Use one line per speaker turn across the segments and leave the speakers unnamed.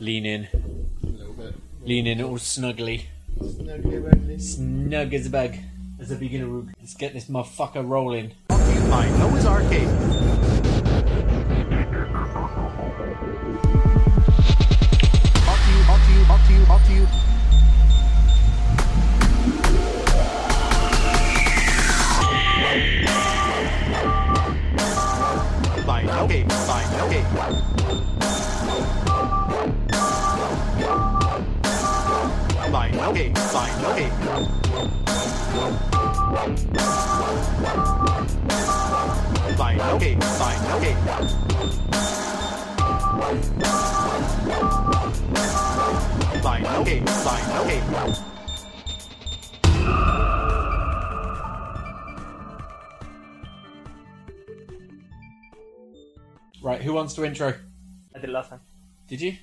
Lean in.
A little bit.
Lean in all snuggly.
Snugly wiggly.
Snug as a bug. As a beginner rook. Let's get this motherfucker rolling.
Occupy Noah's Arcade. Brought to you, brought to you, brought to you, brought to you. By no game, by no game. By no game, by no game. By no game, by no game. By no game, by no game.
Right, who wants to intro?
I did last time.
Did you?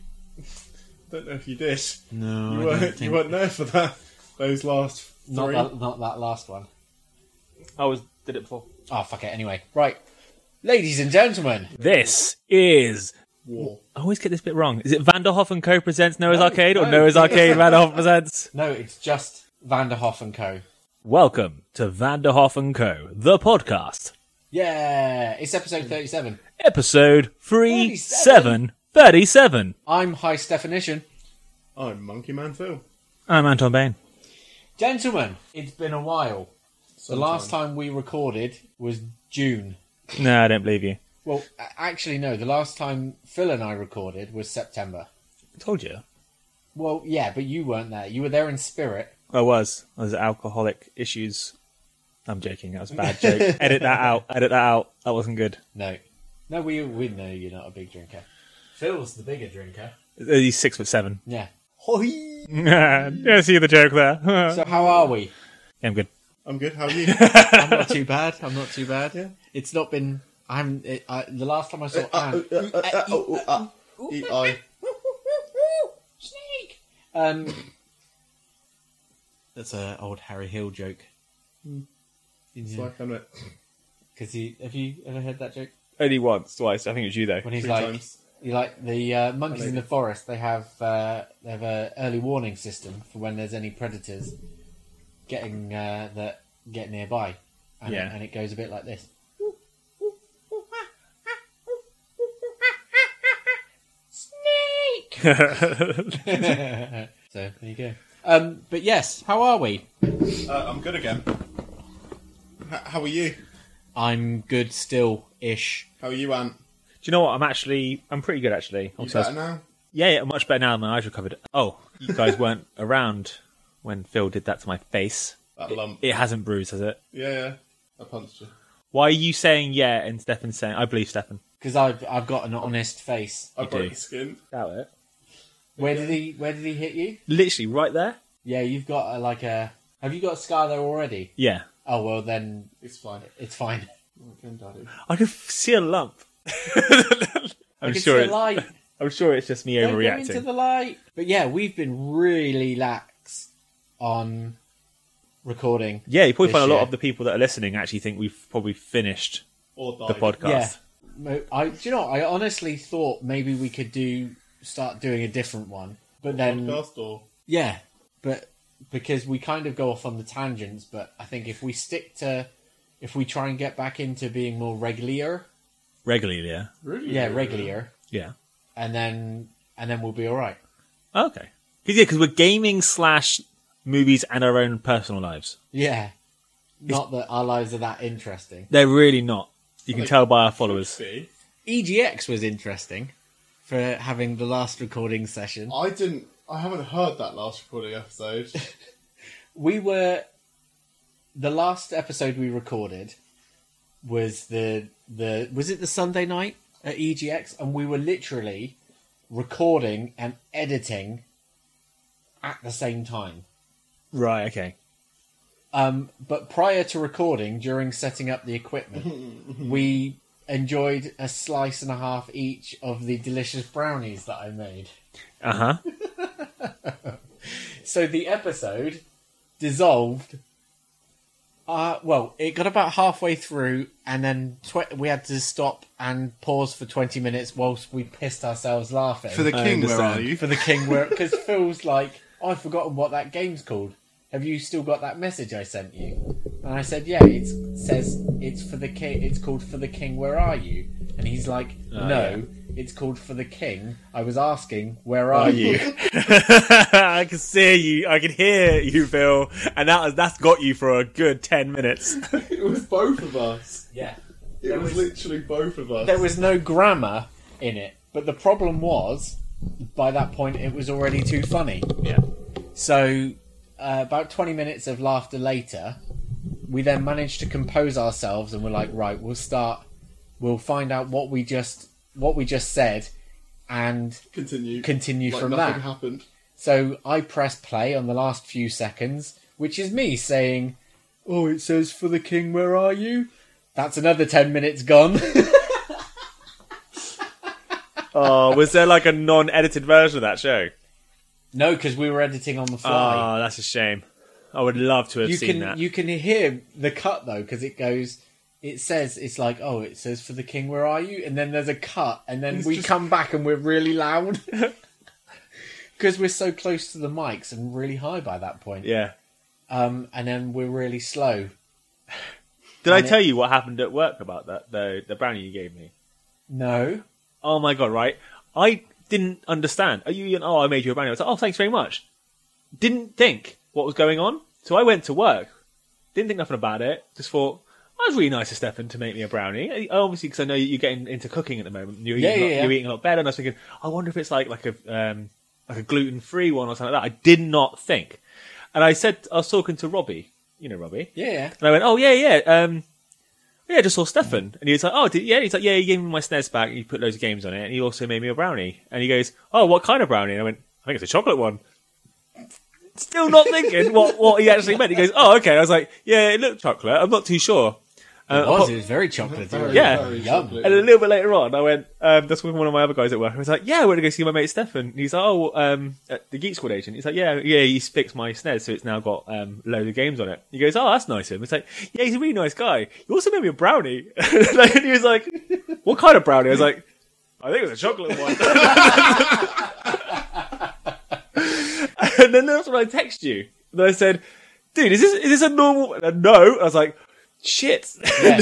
Don't know if you did.
No,
You weren't, you weren't there for that. Those last three.
not that, not that last one.
I was did it before.
Oh, fuck it, anyway. Right. Ladies and gentlemen,
This is.
War.
I always get this bit wrong. Is it Vanderhoff and Co presents Noah's Arcade or
no.
Noah's Arcade Vanderhoff presents?
no, it's just Vanderhoff and Co.
Welcome to Vanderhoff and Co, the podcast,
Yeah, it's episode 37.
episode 3
37.
7 37.
I'm High Definition.
I'm Monkey Man Phil.
I'm Anton Bain.
Gentlemen, it's been a while. The last time we recorded was June.
No, I don't believe you.
Well, a- actually, no, the last time Phil and I recorded was September.
I told you.
Well, yeah, but you weren't there. You were there in spirit.
I was. I was alcoholic issues. I'm joking. That was a bad joke. Edit that out. Edit that out. That wasn't good.
No. No, we, we know you're not a big drinker. Phil's the bigger drinker.
He's six foot seven.
Yeah.
yeah, see the joke there.
So, how are we?
Yeah, I'm good.
I'm good. How are you?
I'm not too bad. I'm not too bad. It's not been. I'm. It, I, the last time I saw Anne. uh, E
E-I.
Snake. Um. That's an old Harry Hill joke.
It's like I'm at
Because he have you ever heard that joke
Only once, twice. I think it was you though.
when he's
three
like
times.
you like the uh, monkeys in
Maybe.
the forest they have uh, they have a early warning system for when there's any predators getting uh, that get nearby and,
Yeah.
and it goes a bit like this so there you go um, but yes how are we
Uh, I'm good again. H- how are you?
I'm good still ish
How are you, Ant?
Do you know what? I'm actually, I'm pretty good actually.
You
Oh,
Obviously, I was-
better now?
yeah, yeah, much better now. than My eyes recovered. Oh, you guys weren't around when Phil did that to my face.
That lump.
It hasn't bruised, has it?
Yeah, yeah. I punched you.
Why are you saying yeah and Stefan's saying I believe Stefan?
because I've I've got an honest face
I
You
broke
do.
your skin.
Doubt it.
where did he where did he hit you
Literally right there.
yeah you've got a, like a have you got a scar there already
Yeah,
oh well then
It's fine.
it's fine
Again, Daddy.
I could f- see a lump.
I
I'm
can
sure.
see
It,
the light.
I'm sure it's just me
Don't go into
overreacting.
the light. But yeah, we've been really lax on recording.
Yeah, you probably
this
find a lot
year.
of the people that are listening actually think we've probably finished
Or
the
died.
podcast.
Oh, Yeah. Mo- I do you know what? I honestly thought maybe we could do start doing a different one. But then
Podcast or
yeah, but because we kind of go off on the tangents, but I think if we stick to if we try and get back into being more regular,
Regularly, yeah.
really?
yeah, regular,
Yeah.
and then and then we'll be all right.
Okay. Because yeah, because we're gaming slash movies and our own personal lives.
Yeah. Not that our lives are that interesting.
They're really not. You can
Like-
tell by our followers.
See?
EGX E was interesting for having the last recording session.
I didn't. I haven't heard that last recording episode.
We were the last episode we recorded was the the was it the Sunday night at EGX and we were literally recording and editing at the same time.
Right. Okay.
Um, but prior to recording, during setting up the equipment, we enjoyed a slice and a half each of the delicious brownies that I made.
Uh huh.
So the episode dissolved Uh, well, it got about halfway through, and then tw- we had to stop and pause for twenty minutes whilst we pissed ourselves laughing.
For the
I
king, where are
understand.
you?
for the king, because Phil's like, I've forgotten what that game's called. Have you still got that message I sent you? And I said, Yeah, it says it's for the king. It's called for the king. Where are you? And he's like,
Oh,
No, it's called for the king. I was asking, Where are you?
I can see you. I can hear you, Phil. And that that's got you for a good ten minutes.
It was both of us.
yeah.
It was literally both of us.
There was no grammar in it, but the problem was, by that point, it was already too funny.
Yeah.
So, uh, about 20 minutes of laughter later, we then managed to compose ourselves and we're like, right, we'll start, we'll find out what we just, what we just said and
Continue.
continue
like
from
nothing
that.
happened.
So I press play on the last few seconds, which is me saying, oh, it says for the king, where are you? That's another 10 minutes gone.
Oh, was there like a non-edited version of that show?
no, because we were editing on the fly.
Oh, that's a shame. I would love to have
you
seen
can
that.
you can hear the cut though because it goes it says it's like oh it says for the king where are you and then there's a cut and then we come back and we're really loud because we're so close to the mics and really high by that point
Yeah.
um and then we're really slow
Did I
And it-
tell you what happened at work about that? The the brownie you gave me.
no
Oh my god! Right, I didn't understand. Are you? Oh, I made you a brownie. I was like, oh, thanks very much. Didn't think what was going on, so I went to work. Didn't think nothing about it. Just thought. That was really nice of Stefan to make me a brownie. Uh, Obviously, because I know you're getting into cooking at the moment. and You're eating,
Yeah,
a lot,
yeah, yeah.
you're eating a lot better. And I was thinking, I wonder if it's like like a um, like a gluten free one or something like that. I did not think. And I said, I was talking to Robbie. You know Robbie.
yeah
And I went, oh yeah, yeah, um, yeah, I just saw Stefan, and he was like, oh did, yeah, he's like, yeah, he gave me my SNES back, and he put loads of games on it, and he also made me a brownie, and he goes, oh, what kind of brownie? And I went, I think it's a chocolate one. Still not thinking what what he actually meant. He goes, oh okay. I was like, yeah, it looked chocolate. I'm not too sure. Uh,
it was
apart-
it was very chocolatey
Very,
Yeah.
very
Yum.
chocolatey.
and a little bit later on, I went, um, that's with one of my other guys at work. I was like, yeah, I went to go see my mate Stefan. And he's like, oh, um, at the Geek Squad agent. He's like, yeah, yeah, he's fixed my SNES, so it's now got um, loads of games on it. He goes, oh, that's nice of him. It's like, yeah, he's a really nice guy. He also made me a brownie. and he was like, what kind of brownie? I was like, I think it was a chocolate one. and then that's when I text you. And I said, dude, is this is this a normal? Uh, no. I was like, shit.
Yeah.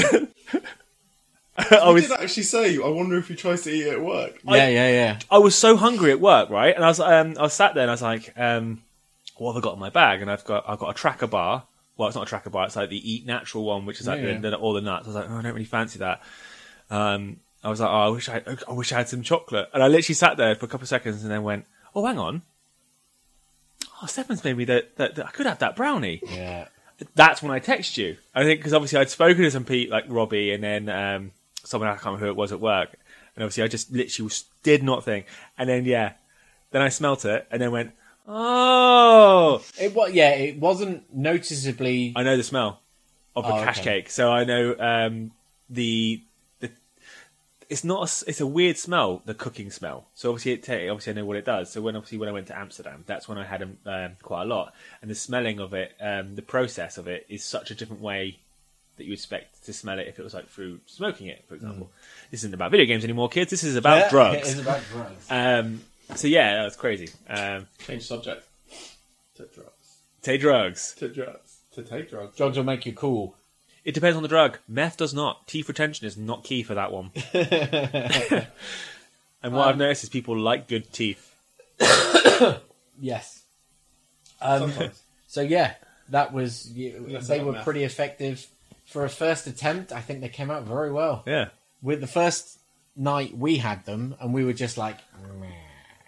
I
You
was
did actually say, I wonder if he tries to eat it at work.
yeah yeah yeah
I was so hungry at work, right? And I was um, I was sat there and I was like, um, what have I got in my bag? And I've got I've got a tracker bar. Well, it's not a tracker bar. It's like the Eat Natural one, which is like
Yeah, yeah.
The, the- all the nuts. I was like, oh, I don't really fancy that. Um, I was like, oh, I wish I I wish I had some chocolate. And I literally sat there for a couple of seconds and then went, oh, hang on. Oh, Stefan's made me that, that, that I could have that brownie
yeah
that's when I text you. I think because obviously I'd spoken to some people like Robbie and then um, someone I can't remember who it was at work, and obviously I just literally was- did not think. And then yeah, then I smelt it and then went, oh,
it was yeah it wasn't noticeably
I know the smell of the
Oh,
cash
okay.
cake. So I know um, the the it's not a s it's a weird smell, the cooking smell. So obviously it ta- obviously I know what it does. So when obviously when I went to Amsterdam, that's when I had 'em, um, quite a lot, and the smelling of it, um, the process of it is such a different way that you expect to smell it if it was like through smoking it, for example. This isn't about video games anymore, kids. This is about
Hmm. Yeah,
drugs.
it is about drugs
Um, so yeah, that was crazy. Um,
Change subject. To drugs.
take drugs.
To drugs. To take drugs.
drugs will make you cool
It depends on the drug. Meth does not. Teeth retention is not key for that one. and what I've noticed is people like good teeth.
yes um,
Sometimes.
So yeah, that was
That's
they
not
were
math.
pretty effective for a first attempt. I think they came out very well.
Yeah.
With the first night we had them, and we were just like, meh,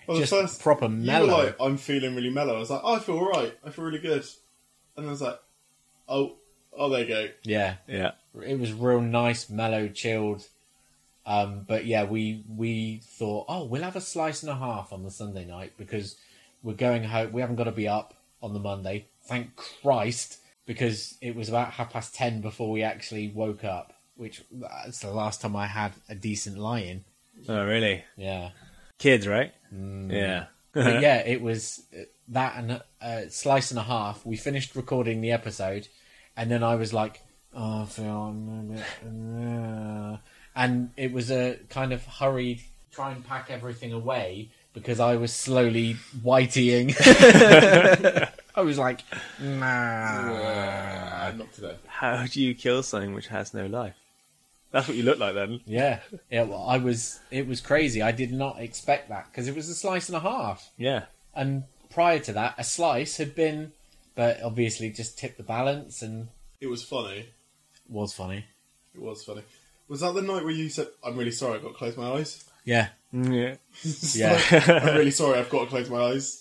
Well, the
just
first-
proper mellow.
You were like, I'm feeling really mellow. I was like, oh, I feel alright. I feel really good. And I was like, oh, oh, there you go.
yeah,
Yeah.
it was real nice, mellow, chilled. Um, but yeah, we we thought, oh, we'll have a slice and a half on the Sunday night because we're going home. We haven't got to be up on the Monday. Thank Christ, because it was about half past ten before we actually woke up, which that's the last time I had a decent lie in.
Oh, really?
Yeah,
Kids, right? Yeah.
but yeah, uh, it was uh, that and a- a slice and a half. We finished recording the episode, and then I was like, "Oh, I feel I'm a bit, uh," and it was a kind of hurried try and pack everything away because I was slowly whiteying. I was like, nah,
Ah, not today.
How do you kill something which has no life? That's what you look like then.
yeah, yeah. Well, I was. It was crazy. I did not expect that because it was a slice and a half.
Yeah.
and prior to that, a slice had been, but obviously just tipped the balance and
It was funny.
was funny.
It was funny. Was that the night where you said, "I'm really sorry, I've got to close my eyes"?
Yeah,
Yeah.
It's
Yeah.
like, I'm really sorry, I've got to close my eyes.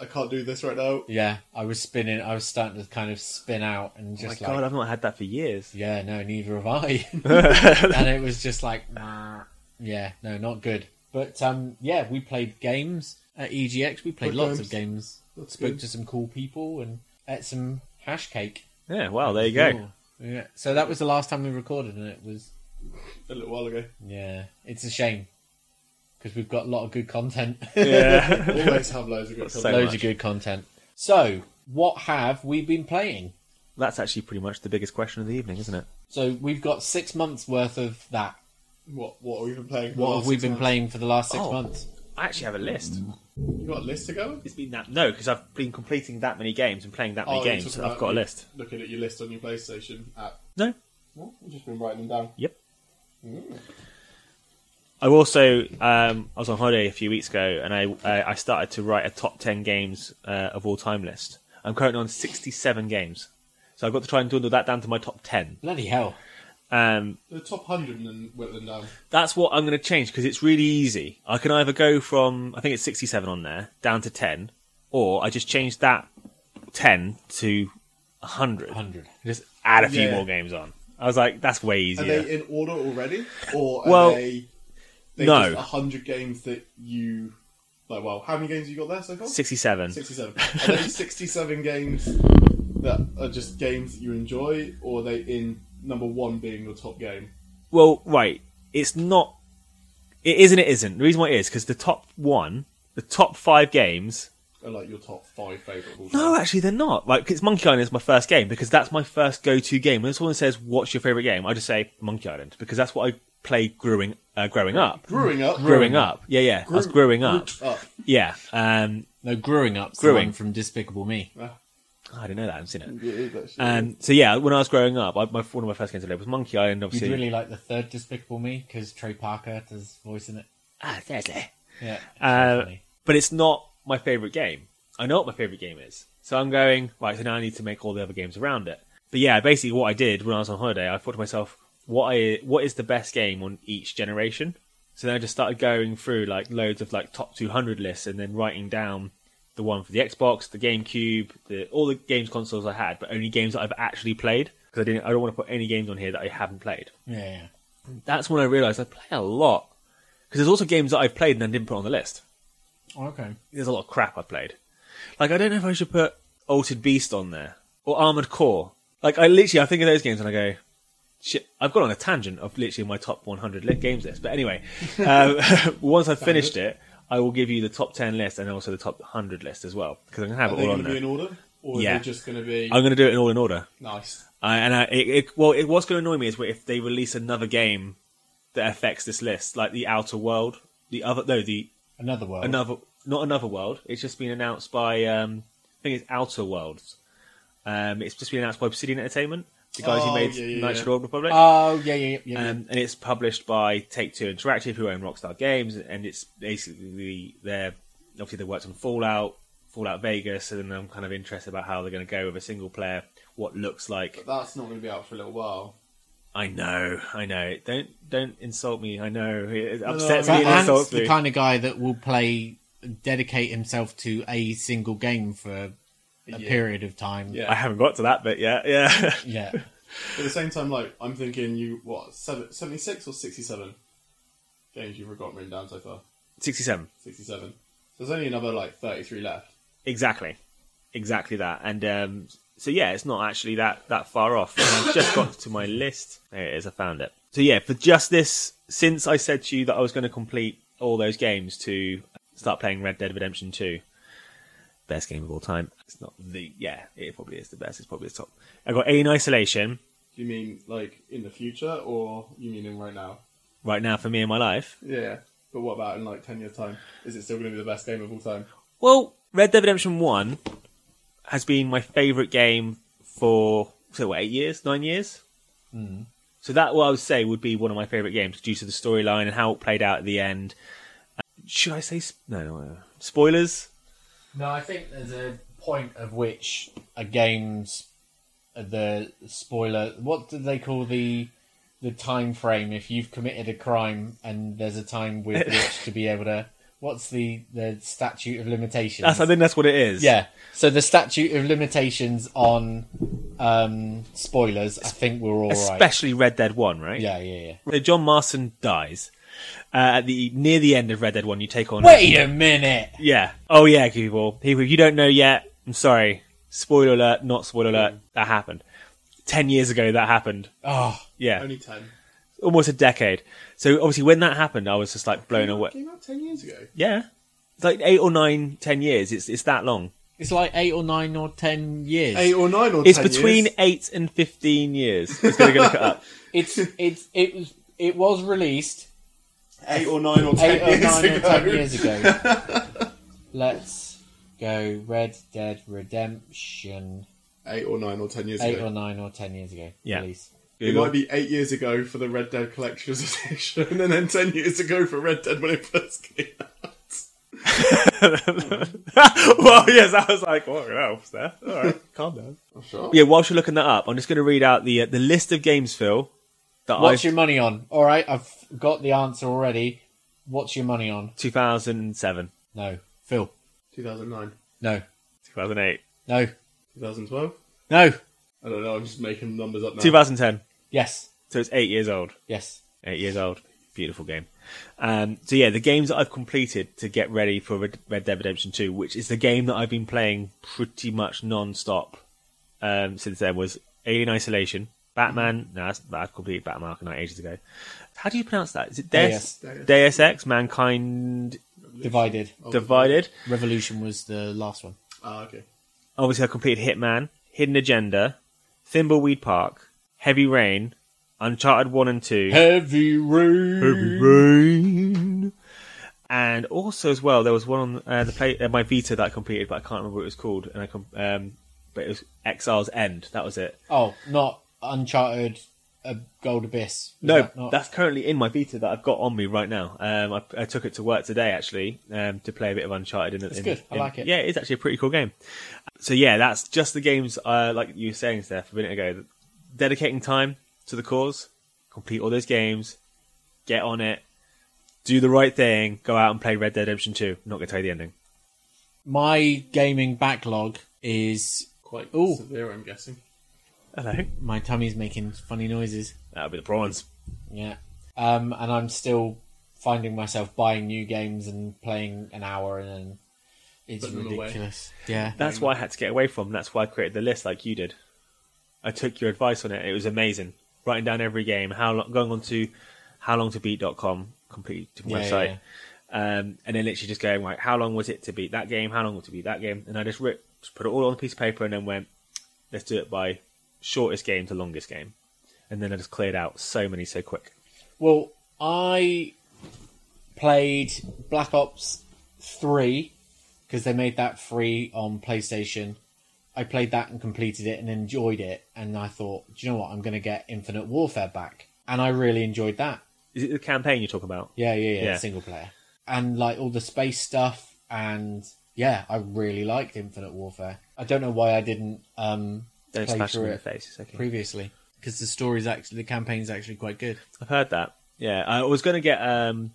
I can't do this right now.
yeah. I was spinning. I was starting to kind of spin out and
Oh
My
just like,
God, I've not had that for years.
yeah, no, neither have I. and it was just like, nah, yeah, no, not good. But um, yeah, we played games at EGX. We played
Good
lots of
games.
games.
That's
Spoke
good.
to some cool people and ate some hash cake.
Yeah. Wow. There you go.
Cool. Yeah. So that was the last time we recorded, and it was
A little while ago.
Yeah, it's a shame because we've got a lot of good content,
Yeah.
Always have loads of good
So-
content.
loads
much.
of good content. So, what have we been playing?
That's actually pretty much the biggest question of the evening, isn't it?
So we've got six months worth of that.
What what have we been playing? for the
What
last
have we
six
been
months?
playing for the last six
Oh.
months?
I actually have a list.
You got a list to go?
It's been that no, because I've been completing that many games and playing that many
Oh, you're
games.
talking
I've
about
got a
you
list.
Looking at your list on your PlayStation app.
No.
What? I've just been writing them down.
Yep. Mm. I also um, I was on holiday a few weeks ago, and I I I started to write a top ten games uh, of all time list. I'm currently on sixty seven games, so I've got to try and dwindle that down to my top ten.
Bloody hell!
Um,
The top hundred and then whip them down.
that's what I'm going to change because it's really easy. I can either go from I think it's 67 on there down to 10, or I just change that 10 to 100.
Hundred.
Just add a few
Yeah.
more games on. I was like, that's way
Are
easier.
they in order already, or are
Well,
they? they
no.
just hundred games that you like. Well, how many games have you got there so far?
67.
Sixty-seven. Are they sixty-seven games that are just games that you enjoy, or are they in number one being your top game?
Well, right. It's not. It is and it isn't. The reason why it is because the top one, the top five games.
Or like your top five favorite?
No, actually, they're not. Like, 'cause Monkey Island is my first game because that's my first go-to game. When someone says, "What's your favorite game?" I just say Monkey Island because that's what I played growing uh, growing up.
growing up,
growing up. Yeah, yeah. I was
Grew-
growing up.
grew up.
Yeah. Um,
No, growing up.
Growing.
Growing from Despicable Me.
I didn't know that. I haven't seen it.
Yeah, it is actually.
Um, so yeah, when I was growing up, I, my, one of my first games I played was Monkey Island.
You'd
Obviously,
really like the third Despicable Me because Trey Parker does voice in it.
ah, Thursday.
Yeah.
Uh,
funny.
but it's not my favorite game. I know what my favorite game is, so I'm going right. So now I need to make all the other games around it. But yeah, basically, what I did when I was on holiday, I thought to myself, what I what is the best game on each generation? So then I just started going through like loads of like top 200 lists, and then writing down the one for the Xbox, the GameCube, the all the games consoles I had, but only games that I've actually played because I didn't. I don't want to put any games on here that I haven't played
yeah, yeah.
that's when I realised I play a lot. Because there's also games that I've played and I didn't put on the list.
Oh, Okay.
There's a lot of crap I played. Like, I don't know if I should put Altered Beast on there or Armored Core. Like, I literally, I think of those games and I go, shit, I've gone on a tangent of literally my top 100 li- games list. But anyway, um, once I've finished it, I will give you the top 10 list and also the top 100 list as well. Because I'm going to have
are
it
they
all
going to
on
be
there.
in order, or
Yeah. Oh.
are they just going to be
I'm going to do it in all in order.
nice?
I and I, it, it, well, it, what's going to annoy me is if they release another game that affects this list, like the Outer World, the other no, the
Another world.
another not another world. It's just been announced by um, I think it's Outer Worlds. Um, it's just been announced by Obsidian Entertainment, the guys who
Oh,
made
yeah, yeah,
Knights
yeah.
of the Old Republic.
Oh yeah, yeah, yeah. yeah.
Um, and it's published by Take Two Interactive, who own Rockstar Games, and it's basically they're obviously they worked on Fallout, Fallout Vegas, and I'm kind of interested about how they're going to go with a single player, what looks like
But that's not going to be out for a little while.
I know, I know. Don't don't insult me. I know it
no,
upsets
no,
me.
But
and
Ant's
insults
the
me.
kind of guy that will play, dedicate himself to a single game for a
year.
period of time.
Yeah.
I haven't got to that bit yet. Yeah,
Yeah.
At the same time, like I'm thinking, you what seven, 76 or sixty-seven games you've got written down so far?
sixty-seven.
Sixty-seven. So there's only another like thirty-three left.
Exactly, exactly that. And um, so yeah, it's not actually that that far off. And I've just got to my list. There it is. I found it. So yeah, for just this, since I said to you that I was going to complete all those games to start playing Red Dead Redemption Two, best game of all time. It's not the yeah, it probably is the best. It's probably the top. I got Alien Isolation
Do you mean like in the future or you mean in right now?
right now for me in my life.
Yeah. But what about in like 10 years' time? Is it still going to be the best game of all time?
Well, Red Dead Redemption One has been my favorite game for so what, eight years, nine years.
Hmm.
So that what I would say would be one of my favorite games due to the storyline and how it played out at the end. Uh, should I say sp- no, no, no spoilers?
No, I think there's a point of which a game's uh, the spoiler. What do they call the the time frame? If you've committed a crime and there's a time with which to be able to. What's the the statute of limitations?
That's I think that's what it is.
Yeah. So the statute of limitations on um, spoilers, I think we're all right.
especially Red Dead One, right?
Yeah, yeah, yeah.
So John Marston dies uh, at the near the end of Red Dead One. You take on
Wait a minute.
Yeah. Oh yeah, people. People, if you don't know yet, I'm sorry. Spoiler alert. Not spoiler alert. That happened ten years ago. That happened.
Oh,
Yeah,
Only 10.
almost a decade. So obviously, when that happened, I was just like blown
It
away.
came out 10 years ago.
Yeah, it's like eight or nine, ten years. It's it's that long.
it's like eight or nine or ten years.
8 or 9 or
It's
10
between
years.
eight and fifteen years. It's gonna go look it up.
It's it's it was it was released
8 or 9 or 10
eight or
years
nine
ago.
or ten years ago. Let's go. Red Dead Redemption.
8 or 9 or 10 years
Eight
ago.
or nine or ten years ago.
Yeah.
Release.
It might be eight years ago for the Red Dead Collector's Edition, and then ten years ago for Red Dead when it first came out.
well, yes, I was like, what else there? All right, calm down.
Sure.
Yeah, whilst you're looking that up, I'm just gonna read out the uh, the list of games, Phil. That
What's
I
your money on? All right, I've got the answer already. What's your money on?
2007,
No, Phil.
2009,
No,
2008,
no,
2012.
no.
I don't know. I'm just making numbers up now.
2010.
Yes,
So it's eight years old.
yes.
Eight years old. Beautiful game. Um, so yeah, the games that I've completed to get ready for Red Red Dead Redemption 2, which is the game that I've been playing pretty much non-stop um, since then, was Alien Isolation, Batman. No, that's, I completed Batman Arkham Knight ages ago. How do you pronounce that? Is it Deus,
Deus.
Deus Ex? Mankind
Divided.
Divided.
Revolution was the last one.
Ah, okay.
Obviously, I completed Hitman, Hidden Agenda, Thimbleweed Park, Heavy Rain, Uncharted 1 and 2.
Heavy rain.
rain. Mm. And also as well, there was one on uh, the play uh, my Vita that I completed, but I can't remember what it was called. And I com- um, but it was Exile's End. That was it.
Oh, not Uncharted, uh, Gold Abyss. Was
No,
that not-
that's currently in my Vita that I've got on me right now. Um, I, I took it to work today actually um, to play a bit of Uncharted. In, it's
good. I like it.
Yeah, it's actually a pretty cool game. So yeah, that's just the games. Uh, like you were saying, Steph, a minute ago, dedicating time to the cause, complete all those games, get on it, do the right thing, go out and play Red Dead Redemption Two. I'm not gonna tell you the ending.
my gaming backlog is
Quite
Ooh.
severe, I'm guessing.
Hello.
my tummy's making funny noises.
That'll be the prawns.
Yeah, um, and I'm still finding myself buying new games and playing an hour, and then it's
Putting them away.
ridiculous. Yeah,
That's why I had to get away from. That's why I created the list like you did. I took your advice on it. It was amazing. Writing down every game, how long, going on to howlongtobeat.com, complete different
Yeah,
website, Um, and then literally just going like, how long was it to beat that game? How long was it to beat that game? And I just, writ, just put it all on a piece of paper and then went, let's do it by shortest game to longest game. And then I just cleared out so many so quick.
Well, I played Black Ops 3 because they made that free on PlayStation. I played that and completed it and enjoyed it. And I thought, do you know what? I'm going to get Infinite Warfare back. And I really enjoyed that.
Is it the campaign you're talking about?
Yeah, yeah, yeah,
Yeah.
Single player. And like all the space stuff. And yeah, I really liked Infinite Warfare. I don't know why I didn't um,
Don't
play
smash them
through
in the
it
face. It's okay.
previously because the story's actually, the campaign's actually quite good.
I've heard that. Yeah, I was going to get um,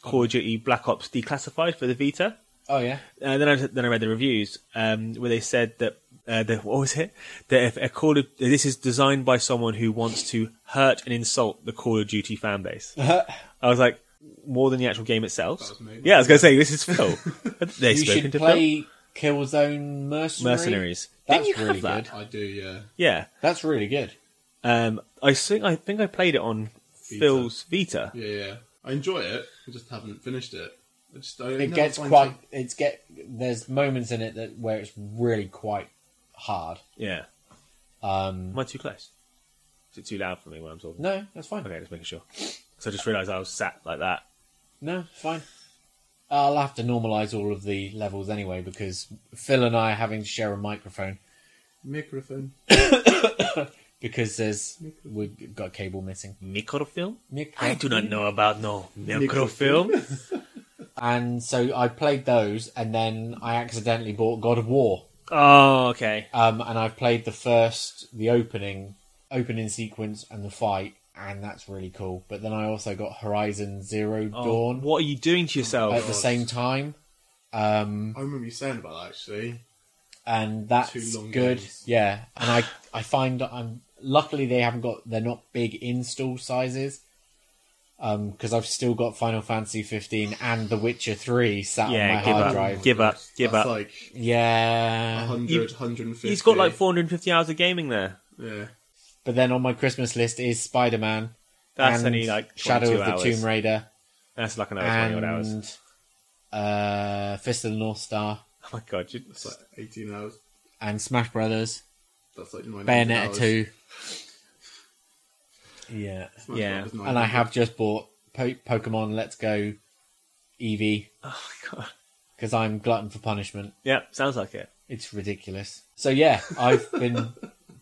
Call of Duty Black Ops Declassified for the Vita.
Oh, yeah.
Uh, then I then I read the reviews um, where they said that uh, the, what was it that if a Call of this is designed by someone who wants to hurt and insult the Call of Duty fan base. I was like, more than the actual game itself.
was me.
Yeah, I was going to say this is Phil. they
you should play Killzone Mercenary.
Mercenaries.
That's
Didn't you
really
have that?
good.
I do, yeah.
Yeah,
That's really good.
um, I think I think I played it on
Vita.
Phil's Vita.
Yeah, yeah. I enjoy it. I just haven't finished it. I just, I
it
never
gets
find
quite
time-
it's get there's moments in it that where it's really quite hard
Yeah.
um
Am I too close? Is it too loud for me when I'm talking?
no that's fine
Okay, just making sure. Because I just realised I was sat like that.
no it's fine i'll have to normalize all of the levels anyway because phil and i are having to share a microphone
microphone.
because there's we've got cable missing
Microfilm?
Micro-
I do not know about no microfilm.
and so i played those and then i accidentally bought god of war
oh, okay.
um, and I've played the first, the opening, opening sequence, and the fight, and that's really cool. But then I also got Horizon Zero
Oh,
Dawn
What are you doing to yourself?
at the same time, um,
I remember you saying about that actually.
and that's
Two long
good.
games.
Yeah, and I I find that I'm luckily they haven't got they're not big install sizes. Because I've still got Final Fantasy 15 and The Witcher 3 sat on my
Yeah, give
hard
up.
drive.
Give up. Give
Um, That's
up.
like
Yeah,
100,
You-
150.
He's got like 450 hours of gaming there.
Yeah.
but then on my Christmas list is Spider Man.
That's
and
only like
Shadow of the
hours.
Tomb Raider
That's like another 20 odd hours.
and uh, Fist of the North Star
Oh my god. You...
That's like 18 hours.
and Smash Brothers,
That's like 9
Bayonetta
hours.
two. Yeah,
Smash
Yeah.
Bros. is nine
and I
hours.
have just bought po- Pokemon Let's Go Eevee
Oh my god.
because I'm glutton for punishment.
Yeah, sounds like it.
It's ridiculous. So yeah, I've been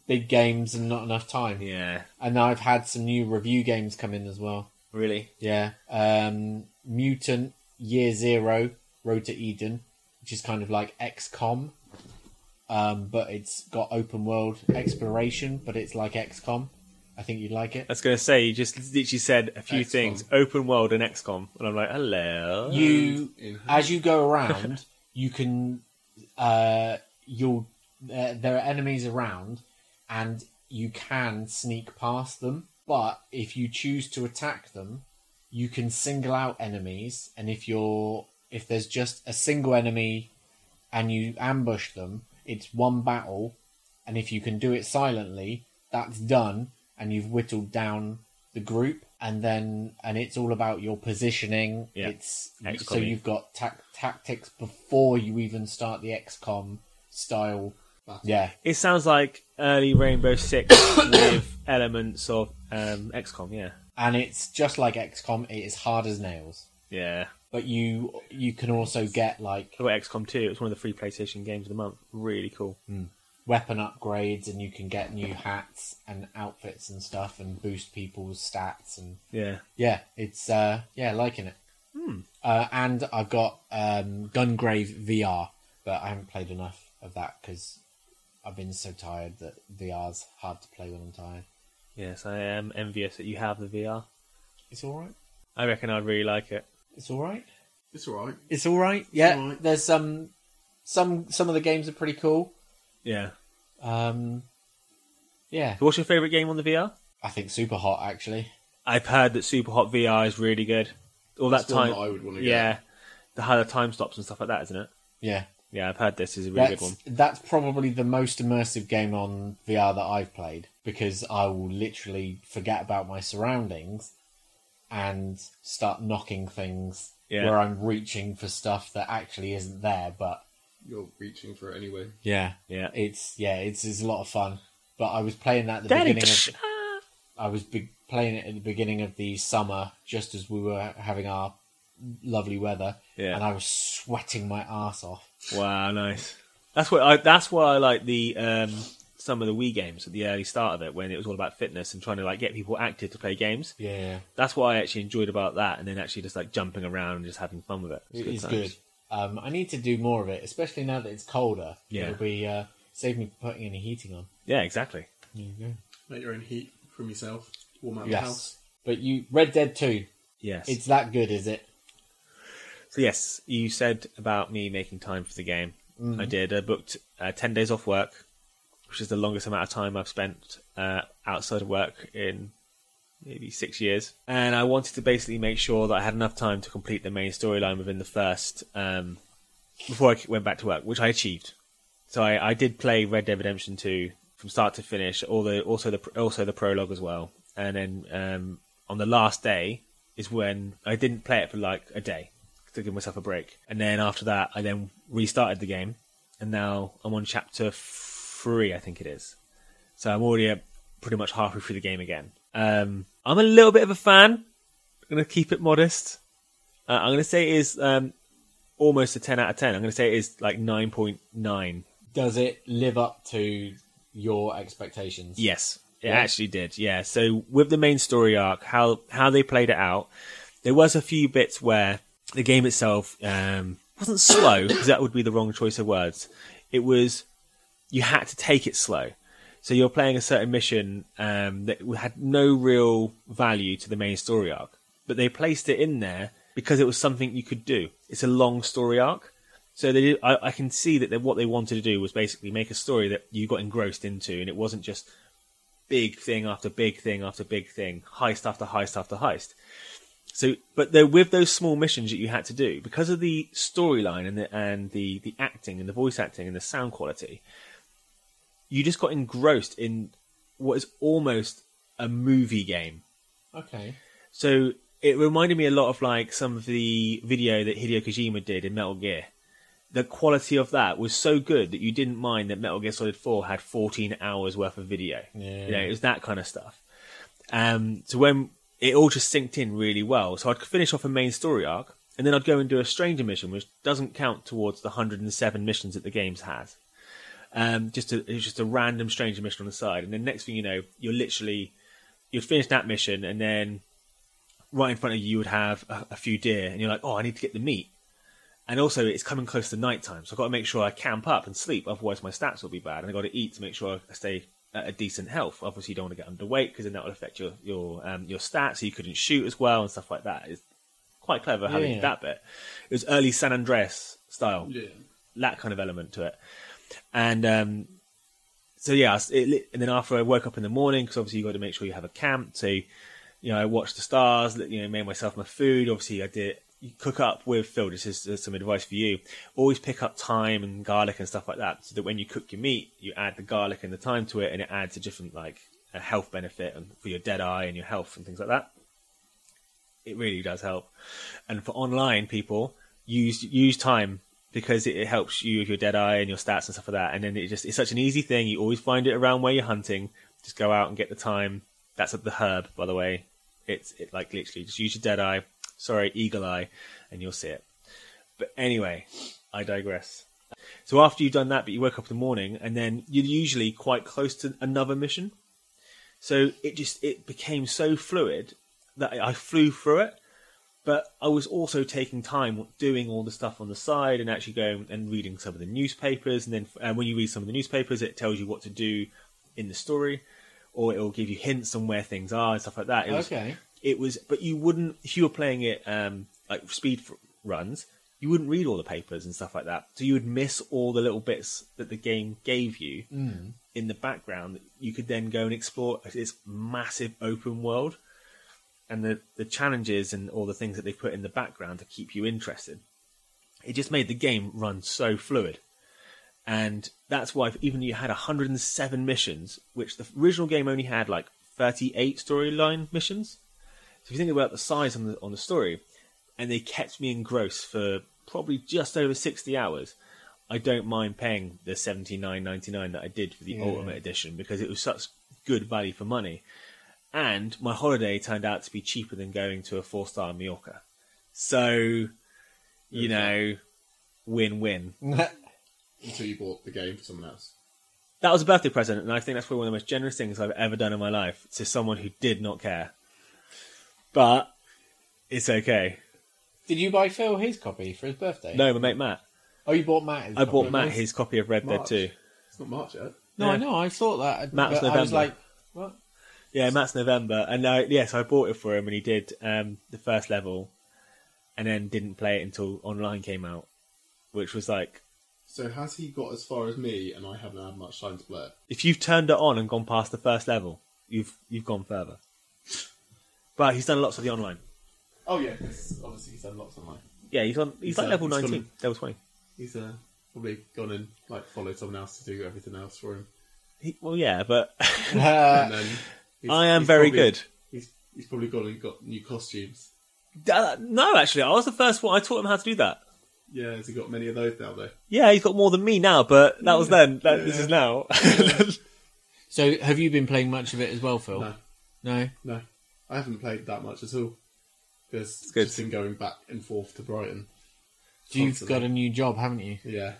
big games and not enough time.
Yeah.
And now I've had some new review games come in as well.
Really?
Yeah. Um, Mutant Year Zero, Road to Eden, which is kind of like XCOM, um, but it's got open world exploration, but it's like XCOM. I think you'd like it.
I was going to say, you just literally said a few
XCOM.
things open world and XCOM. And I'm like, hello.
You,
In-
as you go around, you can, uh, you'll, uh, there are enemies around, and you can sneak past them. But if you choose to attack them, you can single out enemies and if you're if there's just a single enemy and you ambush them it's one battle and if you can do it silently that's done and you've whittled down the group and then and it's all about your positioning
Yeah.
it's so
XCOM.
you've got tac- tactics before you even start the xcom style yeah
It sounds like early Rainbow Six with elements of um, XCOM. Yeah,
and it's just like xcom it is hard as nails
yeah.
but you you can also get like
What about XCOM Two? It was one of the free PlayStation games of the month. Really cool.
weapon upgrades and you can get new hats and outfits and stuff and boost people's stats and
Yeah.
yeah it's uh yeah liking it
Hmm.
uh, and i've got um gungrave vr but i haven't played enough of that because i've been so tired that vr's hard to play when i'm tired
Yes, I am envious that you have the VR.
it's all right
I reckon I'd really like it.
it's all right
It's alright.
it's all right yeah
all right.
there's some some some of the games are pretty cool
Yeah.
um yeah
So what's your favourite game on the VR?
i think super hot actually
I've heard that Super Hot VR is really good. All that
That's one
time,
that I would wanna get.
yeah, the how the time stops and stuff like that, isn't it?
yeah
Yeah, I've heard this is a really
That's,
good one.
that's probably the most immersive game on VR that I've played because I will literally forget about my surroundings and start knocking things
Yeah.
where I'm reaching for stuff that actually isn't there. But
You're reaching for it anyway.
yeah,
Yeah.
it's yeah, it's, it's a lot of fun. But I was playing that at the
Daddy,
beginning. Of, I was be- playing it at the beginning of the summer, just as we were having our lovely weather,
Yeah.
and I was sweating my ass off.
Wow, nice. That's what I, that's why I like the um, some of the Wii games at the early start of it when it was all about fitness and trying to like get people active to play games.
Yeah.
That's what I actually enjoyed about that, and then actually just like jumping around and just having fun with it. It's
It is
times.
good. Um, I need to do more of it, especially now that it's colder.
Yeah.
It'll be uh, save me putting any heating on.
Yeah, exactly.
There you go.
Make your own heat from yourself. Warm out the
Yes.
house.
But you Red Dead 2,
Yes.
it's that good, is it?
So yes, you said about me making time for the game. I did. I booked uh, ten days off work, which is the longest amount of time I've spent uh, outside of work in maybe six years. And I wanted to basically make sure that I had enough time to complete the main storyline within the first um, before I went back to work, which I achieved. So I, I did play Red Dead Redemption Two from start to finish, all the also the also the prologue as well. And then um, on the last day is when I didn't play it for like a day. to give myself a break. And then after that, I then restarted the game, and now I'm on chapter three, I think it is. So I'm already at pretty much halfway through the game again. Um, I'm a little bit of a fan. I'm gonna keep it modest. Uh, I'm gonna say it is um, almost a 10 out of 10. I'm gonna say it is like 9.9.
Does it live up to your expectations?
Yes, it actually did. Yeah. So with the main story arc, how how they played it out, there was a few bits where the game itself um, wasn't slow because that would be the wrong choice of words. It was you had to take it slow. So you're playing a certain mission um, that had no real value to the main story arc, but they placed it in there because it was something you could do. It's a long story arc, so they did, I, I can see that they, what they wanted to do was basically make a story that you got engrossed into, and it wasn't just big thing after big thing after big thing, heist after heist after heist. So, but though with those small missions that you had to do, because of the storyline and the and the the acting and the voice acting and the sound quality, you just got engrossed in what is almost a movie game.
Okay.
So it reminded me a lot of like some of the video that Hideo Kojima did in Metal Gear. The quality of that was so good that you didn't mind that Metal Gear Solid 4 had 14 hours worth of video.
Yeah.
You know, it was that kind of stuff. Um, so when it all just synced in really well, so I'd finish off a main story arc, and then I'd go and do a stranger mission, which doesn't count towards the 107 missions that the game's had. Um, just a, it was just a random stranger mission on the side, and then next thing you know, you're literally you'd finish that mission, and then right in front of you you would have a, a few deer, and you're like, oh, I need to get the meat. And also, it's coming close to night time, so I've got to make sure I camp up and sleep, otherwise my stats will be bad. And I've got to eat to make sure I stay at a decent health. Obviously, you don't want to get underweight because then that would affect your your um, your stats, so you couldn't shoot as well and stuff like that. It's quite clever how they
Yeah.
did that bit. It was early San Andreas style,
Yeah.
that kind of element to it. And um, so yeah, I s- it, lit- and then after I woke up in the morning, because obviously you got to make sure you have a camp. So you know, I watched the stars. li- You know, made myself my food. Obviously, I did you cook up with Phil. This is uh, some advice for you. Always pick up thyme and garlic and stuff like that, so that when you cook your meat, you add the garlic and the thyme to it, and it adds a different like a health benefit and for your dead eye and your health and things like that. It really does help. And for online people, use use time because it, it helps you with your dead eye and your stats and stuff like that. And then it just it's such an easy thing. You always find it around where you're hunting. Just go out and get the time. That's the herb, by the way. It's it like literally just use your dead eye, sorry, eagle eye, and you'll see it. But anyway, I digress. So after you've done that, but you wake up in the morning, and then you're usually quite close to another mission. So it just it became so fluid that I I flew through it but I was also taking time doing all the stuff on the side and actually going and reading some of the newspapers. And then and when you read some of the newspapers, it tells you what to do in the story, or it will give you hints on where things are and stuff like that. It was,
Okay.
It was, but you wouldn't if you were playing it um, like speed f- runs. You wouldn't read all the papers and stuff like that, so you would miss all the little bits that the game gave you in the background. That you could then go and explore this massive open world and the, the challenges and all the things that they put in the background to keep you interested. It just made the game run so fluid. And that's why even you had 107 missions, which the original game only had like 38 storyline missions. So if you think about the size on the, on the story, and they kept me engrossed for probably just over 60 hours. I don't mind paying the 79.99 that I did for the Ultimate Edition because it was such good value for money and my holiday turned out to be cheaper than going to a four star in Mallorca. So, you know, win win.
Until you bought the game for someone else.
That was a birthday present, and I think that's probably one of the most generous things I've ever done in my life to someone who did not care. But it's okay.
Did you buy Phil his copy for his birthday?
No, my mate Matt.
Oh, you bought Matt. His
I bought
copy.
Matt his copy of Red
March.
Dead 2.
It's not March yet.
No, I know. I thought that.
Matt was
but I was like,
November.
what?
Yeah, Matt's November, and I, yes, I bought it for him, and he did um, the first level, and then didn't play it until online came out, which was like
So has he got as far as me and I haven't had much time to play it?
if you've turned it on and gone past the first level, you've you've gone further. But he's done lots of the online.
Oh yeah, 'cause obviously he's done lots of mine.
Yeah, he's on. He's,
He's
like
done-
level
he's
nineteen,
done-
level twenty.
He's uh, probably gone and like followed someone else to do everything else for him.
He, well, yeah, but
Uh,
And then he's-
I am
he's
very
probably-
good.
He's he's probably gone and got new costumes.
Uh, no, actually, I was the first one. I taught him how to do that.
Yeah, has he got many of those now though?
Yeah, he's got more than me now, but that was then. That, This is now.
So, have you been playing much of it as well,
Oh.
Phil?
No.
No?
No, I haven't played that much at all because it's
good.
just been going back and forth to Brighton.
You've
Constantly.
got a new job, haven't you?
Yeah,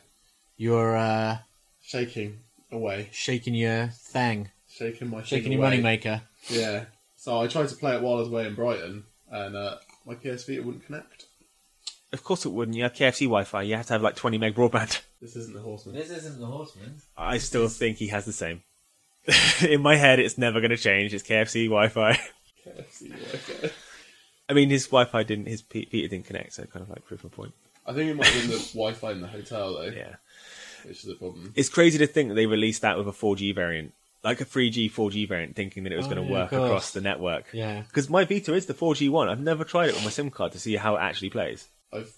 You're uh,
shaking away,
shaking your thang,
shaking my
shaking
thing
your
away.
money maker.
Yeah. So I tried to play it while I was away in Brighton, and uh, my PS Vita wouldn't connect.
of course it wouldn't. You have KFC Wi-Fi. You have to have like 20 meg broadband.
This isn't the Horseman.
This isn't the horseman.
I still think he has the same. In my head, it's never going to change. It's KFC Wi-Fi.
KFC Wi-Fi.
I mean, his Wi-Fi didn't. His P- Peter didn't connect, so kind of like proof of point.
I think it might have been the Wi-Fi in the hotel though,
Yeah,
which is a problem.
it's crazy to think that they released that with a 4G variant, like a 3G 4G variant, thinking that it was
Oh,
going
yeah,
to
of
work
course.
across the network.
Yeah.
Because my Vita is the 4G one. I've never tried it with my SIM card to see how it actually plays.
I've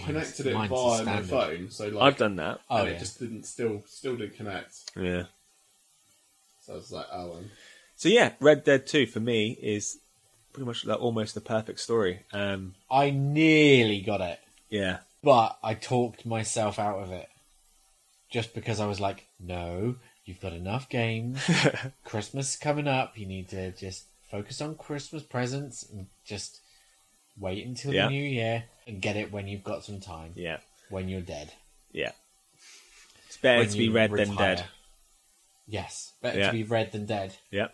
connected it
mine's the
via my
standard.
phone, so like
I've done that.
Oh,
and
yeah.
it just didn't still still didn't connect.
Yeah.
So I was like, oh, um,
So yeah, Red Dead 2 for me is pretty much like almost the perfect story. Um,
I nearly got it,
yeah.
but I talked myself out of it. Just because I was like, no, you've got enough games. Christmas coming up. You need to just focus on Christmas presents and just wait until
Yeah.
the new year and get it when you've got some time,
Yeah.
when you're dead.
Yeah. It's better
when
to be
you
red than
retire.
dead.
Yes, better
Yeah.
to be red than dead.
Yeah.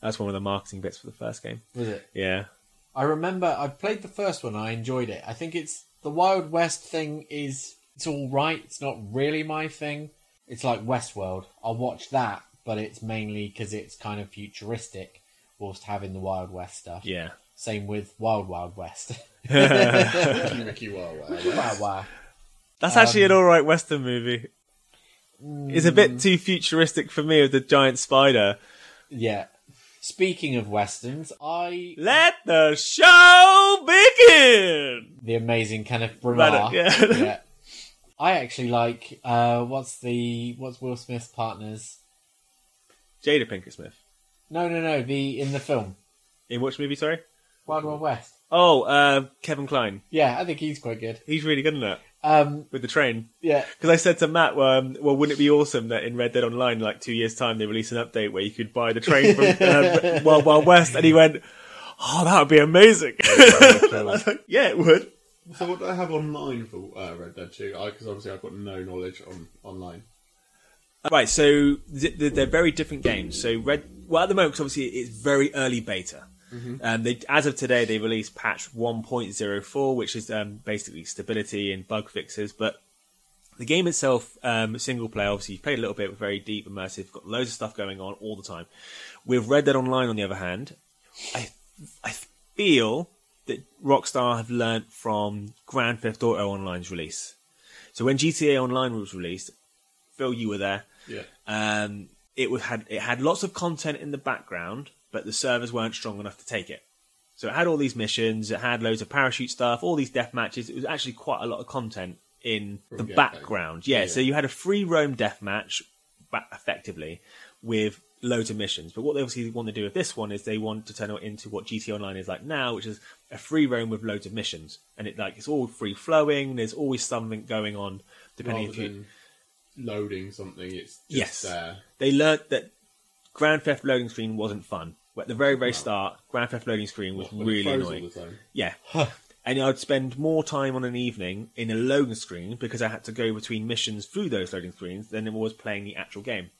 That's one of the marketing bits for the first game.
Was it?
Yeah.
I remember I played the first one. I enjoyed it. I think it's the Wild West thing is it's all right. It's not really my thing. It's like Westworld. I'll watch that, but it's mainly because it's kind of futuristic, whilst having the Wild West stuff.
Yeah.
Same with Wild Wild West.
Ricky Ricky Wow Wow.
wow, wow.
That's actually an alright Western movie. It's a bit too futuristic for me with the giant spider.
Yeah. Speaking of westerns, I
Let the show begin!
the amazing Kenneth
Branagh,
Branagh.
yeah.
yeah. I actually like uh, what's the what's Will Smith's partners?
Jada Pinkett Smith.
No, no, no. The in the film
In which movie, sorry?
Wild Wild West.
Oh, uh, Kevin Klein.
Yeah, I think he's quite good.
He's really good in that
Um,
with the train.
yeah,
Because I said to Matt, um, well, wouldn't it be awesome that in Red Dead Online, like two years' time, they release an update where you could buy the train from uh, Wild Wild West? And he went, oh, that would be amazing. I was like, yeah, it would.
So what do I have online for uh, Red Dead Two? Because obviously I've got no knowledge on online.
Right, so th- th- they're very different games. So Red, well, at the moment, 'cause obviously it's very early beta. Um, they, as of today, they released patch 1.04, which is um, basically stability and bug fixes. But the game itself, um, single player, obviously you've played a little bit, very deep, immersive, got loads of stuff going on all the time. With Red Dead Online, on the other hand, I, I feel that Rockstar have learnt from Grand Theft Auto Online's release. So when GTA Online was released, Phil, you were there.
Yeah.
Um, it would had it had lots of content in the background, but the servers weren't strong enough to take it. So it had all these missions, it had loads of parachute stuff, all these death matches. It was actually quite a lot of content in the
the get-go.
background. Yeah, so you had a free roam death match, ba- effectively, with loads of missions. But what they obviously want to do with this one is they want to turn it into what GT Online is like now, which is a free roam with loads of missions, and it like it's all free flowing. There's always something going on, depending
Rather
if you
than loading something, it's just
Yes.
there.
they learnt that Grand Theft loading screen wasn't fun. At the very, very start, Grand Theft loading screen was
When it
really
froze all
annoying.
the time.
Yeah. And I'd spend more time on an evening in a loading screen because I had to go between missions through those loading screens than I was playing the actual game.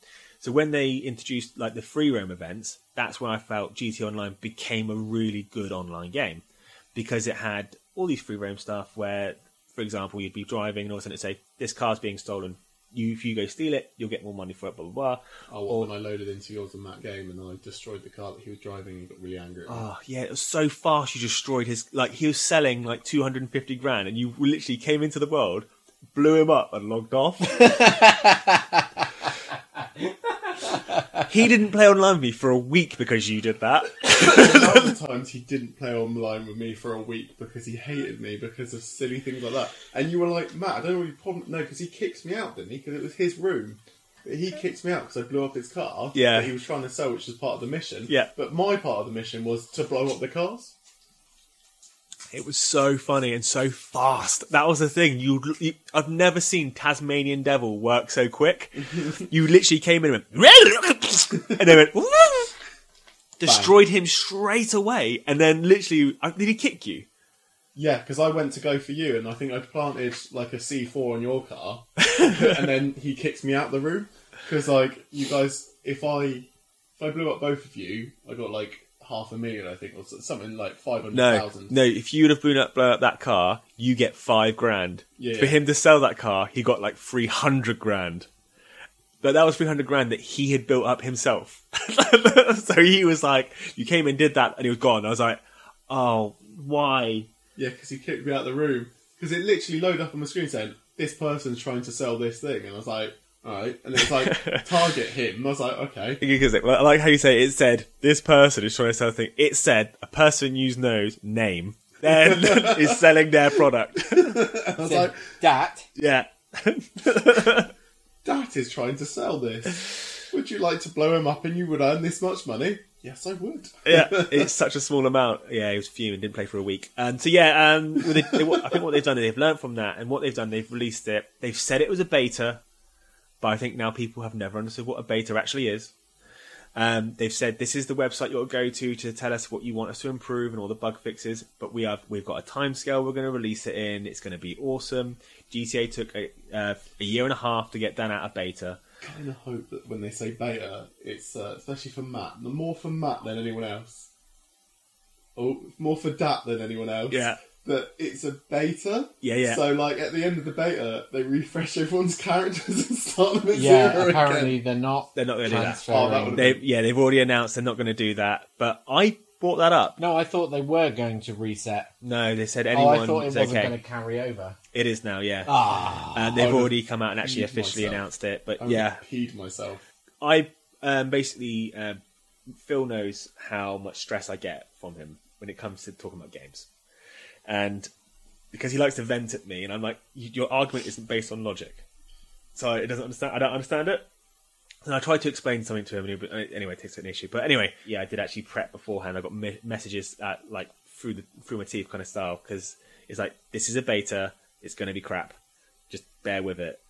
So when they introduced like the free roam events, that's when I felt GT Online became a really good online game because it had all these free roam stuff where, for example, you'd be driving and all of a sudden it'd say, this car's being stolen. You, if you go steal it, you'll get more money for it, blah, blah, blah.
Oh, well, when I loaded into yours in that game and I destroyed the car that he was driving and got really angry at me.
Oh yeah, it was so fast. You destroyed his like he was selling like two hundred and fifty grand, and you literally came into the world, blew him up, and logged off. he didn't play online with me for a week because you did that.
Other times he didn't play online with me for a week because he hated me because of silly things like that. And you were like, Matt, I don't know what your problem. No, because he kicked me out, didn't he? Because it was his room. But He kicked me out because I blew up his car.
Yeah.
That he was trying to sell, which was part of the mission.
Yeah.
But my part of the mission was to blow up the cars.
It was so funny and so fast. That was the thing. You, you I've never seen Tasmanian Devil work so quick. you literally came in and went, and they went, destroyed him straight away. And then literally, uh, did he kick you?
Yeah, because I went to go for you, and I think I'd planted like a C4 on your car, and then he kicked me out the room because like you guys, if I if I blew up both of you, I got like half a million, I think, or so- something like five hundred
No,
thousand.
no. If you'd have blown up, blown up that car, you get five grand.
Yeah,
For
yeah.
him to sell that car, he got like three hundred grand. But that was three hundred grand that he had built up himself. so he was like, "You came and did that, and he was gone." I was like, "Oh, why?"
Yeah, because he kicked me out the room because it literally loaded up on the screen saying this person's trying to sell this thing, and I was like, all right, and it was like target him. And I was like, okay,
Because it, I like how you say it said this person is trying to sell a thing. It said a person you knows name then is selling their product.
I
Then
was like,
that
Yeah.
Dad is trying to sell this. Would you like to blow him up, and you would earn this much money? Yes, I would.
yeah, it's such a small amount. Yeah, he was fuming, didn't play for a week. And so yeah, um, with the- they, what- I think what they've done is they've learned from that, and what they've done, they've released it. They've said it was a beta, but I think now people have never understood what a beta actually is. Um, they've said this is the website you'll go to to tell us what you want us to improve and all the bug fixes. But we have we've got a time scale. We're going to release it in. It's going to be awesome. GTA took a, uh, a year and a half to get done out of beta.
kind of hope that when they say beta, it's uh, especially for Matt, no- more for Matt than anyone else. Oh, more for Dat than anyone else.
Yeah.
That it's a beta.
Yeah, yeah.
So, like, at the end of the beta, they refresh everyone's characters and start them at
yeah.
zero
Apparently
again.
they're not.
They're not going to do that.
transferring.
Oh, that would've-
They yeah, they've already announced they're not going to do that. But I brought that up
No, I thought they were going to reset.
No, they said
Oh,
anyone.
I thought it
is
wasn't
okay.
going to carry over.
It is now, yeah.
Ah,
and they've
I would
already come out and actually
peed
officially
myself.
announced it. But
I would
yeah,
have peed myself.
I um, basically uh, Phil knows how much stress I get from him when it comes to talking about games, and because he likes to vent at me, and I'm like, "Y- your argument isn't based on logic, so it doesn't understand. I don't understand it. And I tried to explain something to him, and he- but uh, anyway, it takes an issue. But anyway, yeah, I did actually prep beforehand. I got me- messages at, like through the through my teeth kind of style because it's like this is a beta, it's going to be crap. Just bear with it.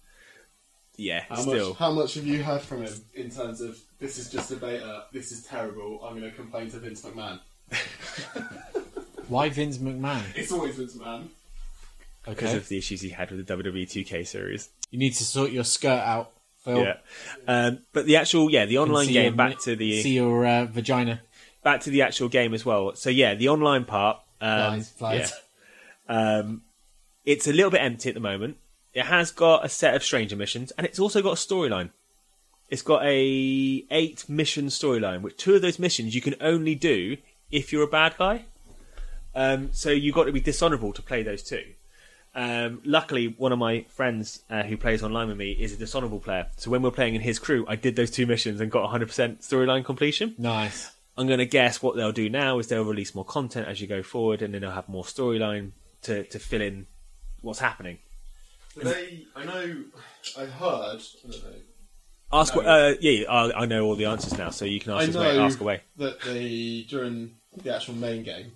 Yeah,
How
still.
much, how much have you heard from him in terms of this is just a beta, this is terrible, I'm going to complain to Vince McMahon?
why Vince McMahon?
It's always Vince McMahon.
because
Okay,
of the issues he had with the WWE 2K series.
you need to sort your skirt out, Phil.
Yeah, um, but the actual yeah the
Can
online
see
game
your mi-
back to the
see your uh, vagina.
back to the actual game as well. So yeah, the online part. Um,
Flies, flies.
yeah. Um, it's a little bit empty at the moment. It has got a set of stranger missions, and it's also got a storyline. It's got a eight mission storyline, which two of those missions you can only do if you're a bad guy. Um, so you've got to be dishonourable to play those two. Um, luckily, one of my friends uh, who plays online with me is a dishonourable player. So when we we're playing in his crew, I did those two missions and got 100% storyline completion.
Nice.
I'm going to guess what they'll do now is they'll release more content as you go forward, and then they'll have more storyline to, to fill in what's happening.
Do they, I know, I heard, I don't know,
Ask,
No.
uh, yeah, yeah, I, I know all the answers now, so you can ask,
I
us
know
away, ask away.
that they during the actual main game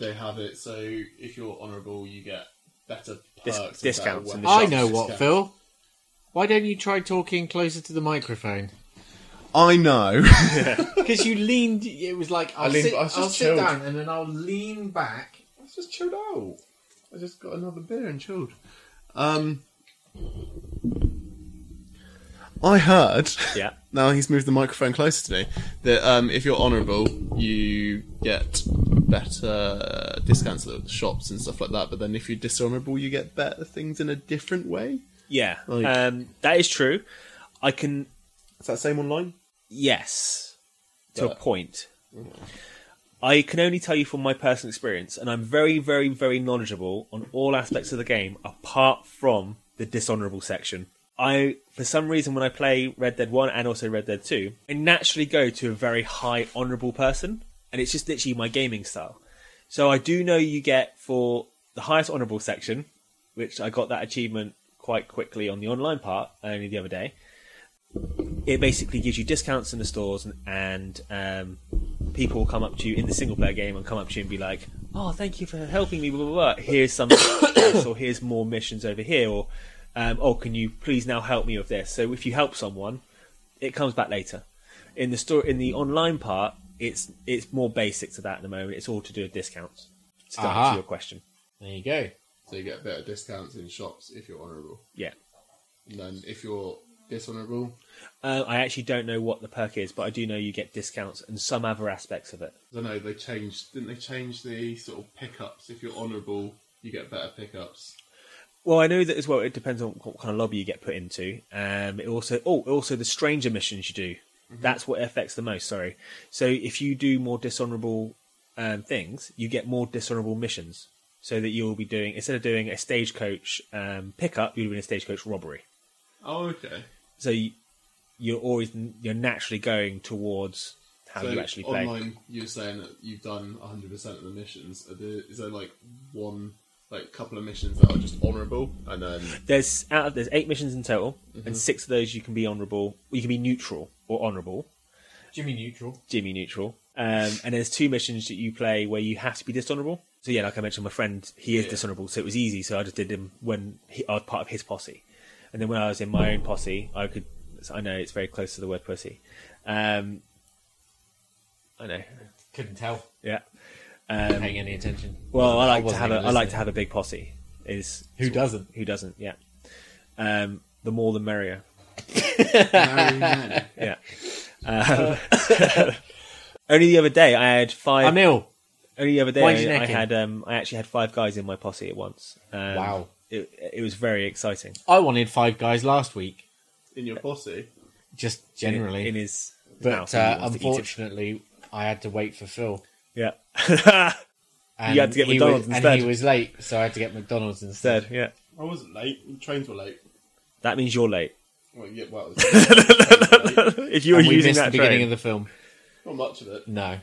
they have it so if you're honourable you get better
Dis-
perks and
discounts
better
in
weapons.
the
I
shots
know what,
Discounts.
Phil. Why don't you try talking closer to the microphone?
I know.
Because you leaned. It was like I'll
leaned-
sit,
I was
I'll
just
sit
chilled.
down and then I'll lean back.
I just chilled out. I just got another beer and chilled. Um, I heard.
Yeah.
Now he's moved the microphone closer to me. That um, if you're honourable, you get better discounts at the shops and stuff like that. But then if you're dishonourable, you get better things in a different way.
Yeah,
Like-
um, that is true. I can,
Is that same online?
yes, to a
But-
point. I can only tell you from my personal experience, and I'm very, very, very knowledgeable on all aspects of the game apart from the dishonorable section. I, for some reason, when I play Red Dead 1 and also Red Dead 2, I naturally go to a very high honorable person, and it's just literally my gaming style. So I do know you get for the highest honorable section, which I got that achievement quite quickly on the online part only the other day. It basically gives you discounts in the stores, and, and um, people will come up to you in the single player game and come up to you and be like, "Oh, thank you for helping me." Blah, blah, blah. Here's some, else, or here's more missions over here, or um, "Oh, can you please now help me with this?" So if you help someone, it comes back later. In the store, in the online part, it's it's more basic to that at the moment. It's all to do with discounts. To
Aha.
answer your question,
There you go.
So you get better discounts in shops if you're honourable.
yeah.
And then if you're dishonourable,
Uh, I actually don't know what the perk is, but I do know you get discounts and some other aspects of it.
I don't know, they changed, didn't they change the sort of pickups? If you're honourable, you get better pickups.
Well, I know that as well. It depends on what kind of lobby you get put into. Um, it also oh, also the stranger missions you do. That's what affects the most. Sorry. So if you do more dishonourable um, things, you get more dishonourable missions. So that you'll be doing instead of doing a stagecoach um, pickup, you'll be doing a stagecoach robbery.
Oh, okay.
So you, you're always you're naturally going towards how
so
you actually play.
online, you're saying that you've done 100% of the missions. Are there, is there like one, like couple of missions that are just honourable? And then,
There's out of there's eight missions in total, and six of those you can be honourable. You can be neutral or honourable.
Jimmy Neutral.
Jimmy neutral. Um, and there's two missions that you play where you have to be dishonourable. So yeah, like I mentioned, my friend he is dishonourable, so it was easy. So I just did him when he, I was part of his posse, and then when I was in my own posse, I could. I know it's very close to the word pussy. Um, I know.
Couldn't tell.
Yeah. Um,
Paying any attention.
well, I like to
wasn't
have a
even
I like
listening.
to have a big posse. Is
Who doesn't?
who doesn't? Yeah. Um, the more the merrier.
Marry men.
Yeah. Um, only the other day I had 5
I'm ill.
Only the other
Wind your
day, I, I
neck in.
had um, I actually had five guys in my posse at once. Um,
Wow.
It, it was very exciting.
I wanted five guys last week,
in your posse.
just generally.
in his mouth,
but
he
uh,
wants to eat it.
unfortunately, I had to wait for Phil.
yeah,
And
had to get
he
McDonald's
was,
instead.
And he was late, so I had to get McDonald's instead.
said yeah.
I wasn't late. The trains were late.
That means you're late.
Well, yeah, well, it was- trains were late.
If you were
and we
using
missed the
that
beginning
train,
of the film.
Not much of it.
No,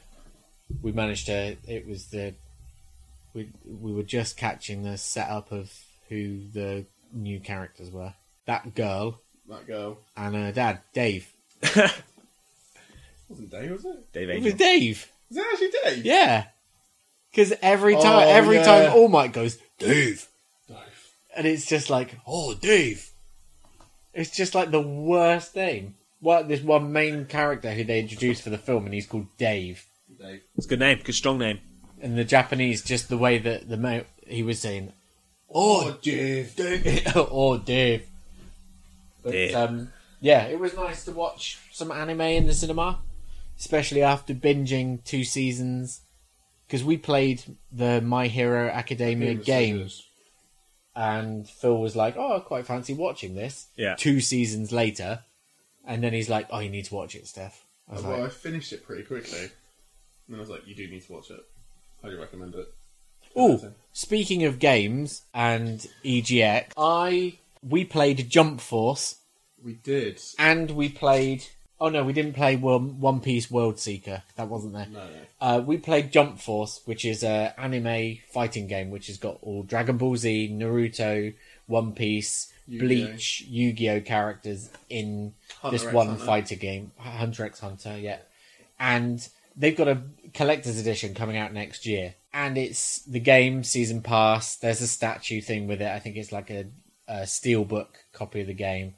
we managed to. It was the we we were just catching the setup of who the new characters were. That girl
That girl.
and her dad, Dave.
Wasn't Dave, was it?
Dave
It was
Angel.
Dave.
Is that actually Dave?
Yeah, because every time,
Oh,
every
yeah.
time, All Might goes Dave,
Dave.
and it's just like, oh, Dave. It's just like the worst name. Well, there's one main character who they introduced for the film, and he's called Dave.
Dave.
It's a good name, good strong name.
And the Japanese, just the way that the mo- he was saying, oh,
Oh, Dave.
oh, Dave. But
Dave.
um, yeah, it was nice to watch some anime in the cinema, especially after binging two seasons. Because we played the My Hero Academia game, and Phil was like, "Oh, I quite fancy watching this."
Yeah.
Two seasons later, and then he's like, "Oh, you need to watch it, Steph." I was
Well, I
like,
finished it pretty quickly. And then I was like, you do need to watch it. Highly recommend it.
"Oh, speaking of games and EGX, I we played Jump Force."
We did.
and we played. Oh no, we didn't play One, One Piece World Seeker. That wasn't there.
No, no.
Uh, we played Jump Force, which is a anime fighting game, which has got all Dragon Ball Z, Naruto, One Piece,
Yu-Gi-Oh.
Bleach, Yu-Gi-Oh characters in
Hunter
this
x
one
Hunter.
fighter game, Hunter X Hunter. Yeah, and they've got a collector's edition coming out next year, and it's the game season pass. There's a statue thing with it. I think it's like a, a steelbook copy of the game.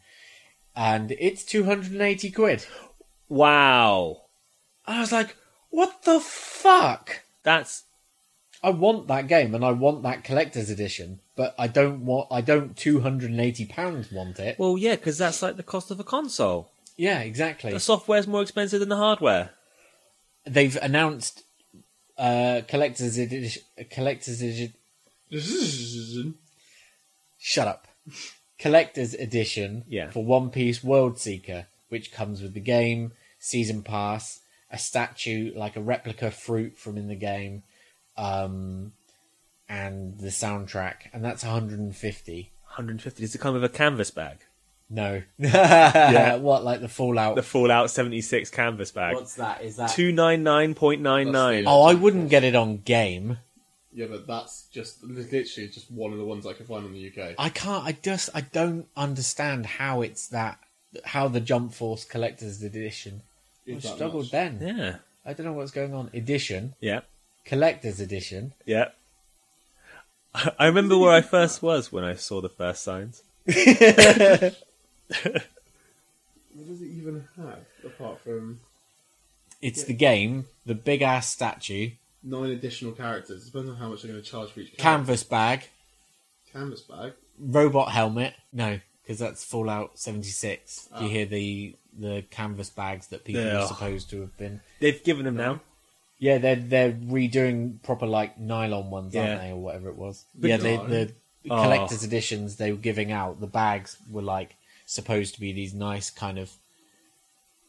And it's 280 quid.
Wow,
I was like, what the fuck?
that's
I want that game and I want that collector's edition, but I don't want I don't two hundred and eighty pounds want it.
well, yeah, because that's like the cost of a console.
Yeah, exactly.
The software's more expensive than the hardware.
They've announced uh collector's edition collector's edition shut up. collector's edition
Yeah.
for One Piece World Seeker, which comes with the game, season pass, a statue like a replica fruit from in the game, um and the soundtrack, and that's 150.
150. Does it come with a canvas bag?
No. What, like the Fallout?
The Fallout 76 canvas bag.
What's that? Is that?
299.99.
Oh, I wouldn't get it on game.
Yeah, but that's just literally just one of the ones I can find in the UK.
I can't. I just. I don't understand how it's that. How the Jump Force Collector's Edition. I
Is that
struggled
much?
then.
Yeah.
I don't know what's going on. Edition
Yeah.
collector's edition.
Yeah. I remember where I first was when I saw the first signs.
What does it even have apart from
It's the game, the big ass statue,
nine additional characters? It depends on how much they're going to charge for each character.
canvas bag,
canvas bag.
robot helmet. No, because that's Fallout 76. You hear the the canvas bags that people
Yeah.
Ah. are supposed to have been.
They've given them now.
Yeah, they're they're redoing proper like nylon ones,
Yeah.
aren't they, or whatever it was?
But
yeah, they,
no.
the
Oh.
collector's editions they were giving out. The bags were like supposed to be these nice kind of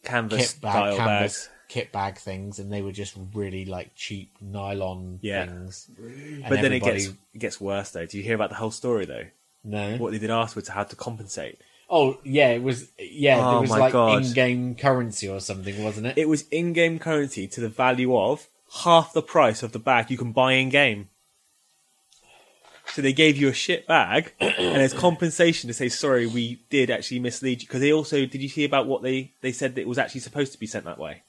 Canvas
kit bag,
style
canvas
bags.
kit bag things, and they were just really like cheap nylon
Yeah.
things. And
But then it
everybody-
gets it gets worse though. Do you hear about the whole story though?
no.
What they did afterwards, how to compensate.
Oh yeah, it was yeah.
Oh,
there was
my
like
God.
in-game currency or something, wasn't it?
It was in-game currency to the value of half the price of the bag you can buy in game. So they gave you a shit bag, and as compensation to say sorry, we did actually mislead you. Because they also did you see about what they they said that it was actually supposed to be sent that way,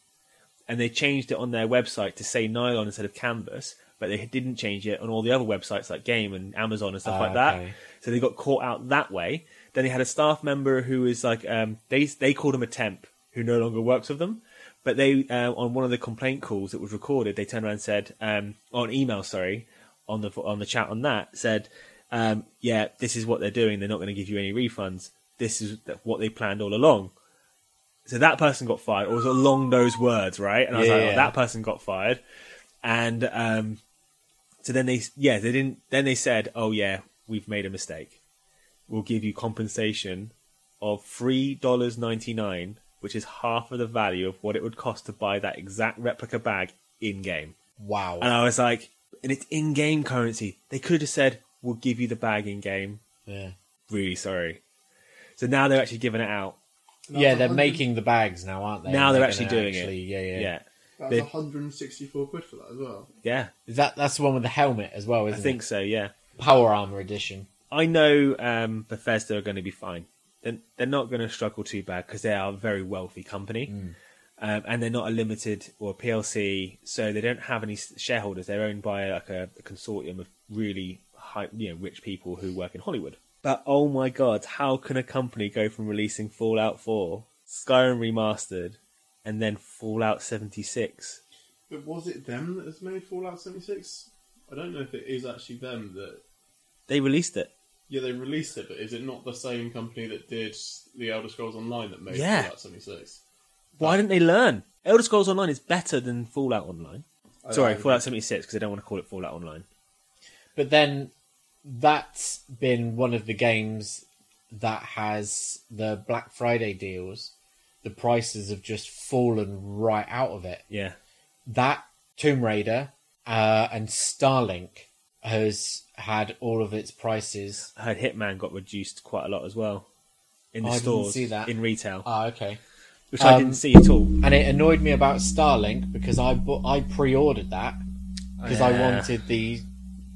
and they changed it on their website to say nylon instead of canvas, but they didn't change it on all the other websites like Game and Amazon and stuff
Ah,
like that.
okay.
So they got caught out that way. Then they had a staff member who was like um, they they called him a temp who no longer works with them. But they uh, on one of the complaint calls that was recorded, they turned around and said um, on email, sorry, on the on the chat on that said, um, yeah, this is what they're doing. They're not going to give you any refunds. This is what they planned all along. So that person got fired, or was along those words, right? And I was
Yeah,
like,
yeah.
oh, that person got fired, and um, so then they, yeah, they didn't. Then they said, "Oh yeah, we've made a mistake. We'll give you compensation of three dollars ninety nine, which is half of the value of what it would cost to buy that exact replica bag in game."
Wow.
And I was like, "And it's in game currency. They could have just said, "We'll give you the bag in game."
yeah,
Really sorry. So now they're actually giving it out.
yeah. They're making the bags now, aren't they?
now they're,
They're
actually
gonna
doing
actually-
it.
Yeah, yeah,
yeah,
That's
They-
164 quid for that as well.
yeah.
Is That that's the one with the helmet as well,
I
isn't
think so. Yeah.
it? Power armor edition.
I know um, Bethesda are going to be fine. They're, they're not going to struggle too bad because they are a very wealthy company, um, and they're not a limited or a PLC, so they don't have any s- shareholders. They're owned by like a, a consortium of really high, you know, rich people who work in Hollywood. But oh my god, how can a company go from releasing Fallout 4, Skyrim remastered, and then Fallout 76?
But was it them that has made Fallout 76? I don't know if it is actually them that.
They released it.
Yeah, they released it, but is it not the same company that did The Elder Scrolls Online that made
Yeah.
Fallout 76?
Why didn't they learn? Elder Scrolls Online is better than Fallout Online. Sorry,
I-
Fallout 76 because I don't want to call it Fallout Online.
But then that's been one of the games that has the Black Friday deals. The prices have just fallen right out of it.
Yeah.
that Tomb Raider uh, and Starlink has had all of its prices.
I heard Hitman got reduced quite a lot as well in the
Oh, I didn't
stores
see that.
in retail,
Ah, okay.
which I
um,
didn't see at all.
And it annoyed me about Starlink because I bu- I pre-ordered that because I
Yeah.
wanted the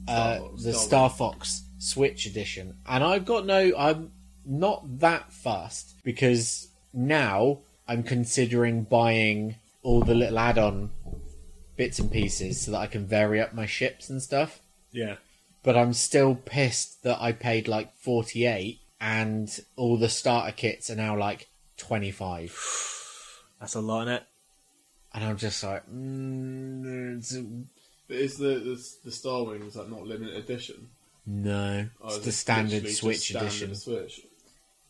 uh,
Star Fox,
the
Star
Star Fox Switch edition, and I've got no. I'm not that fussed because now I'm considering buying all the little add-on bits and pieces so that I can vary up my ships and stuff.
Yeah,
but I'm still pissed that I paid like 48 and all the starter kits are now like 25.
that's a lot in it.
And I'm just like, mm, it's a-
But is the, the, the Star Wings like, not limited edition?
no,
Or
it's
is
the
it
standard
Oh, literally just
Switch
standard
edition.
Switch?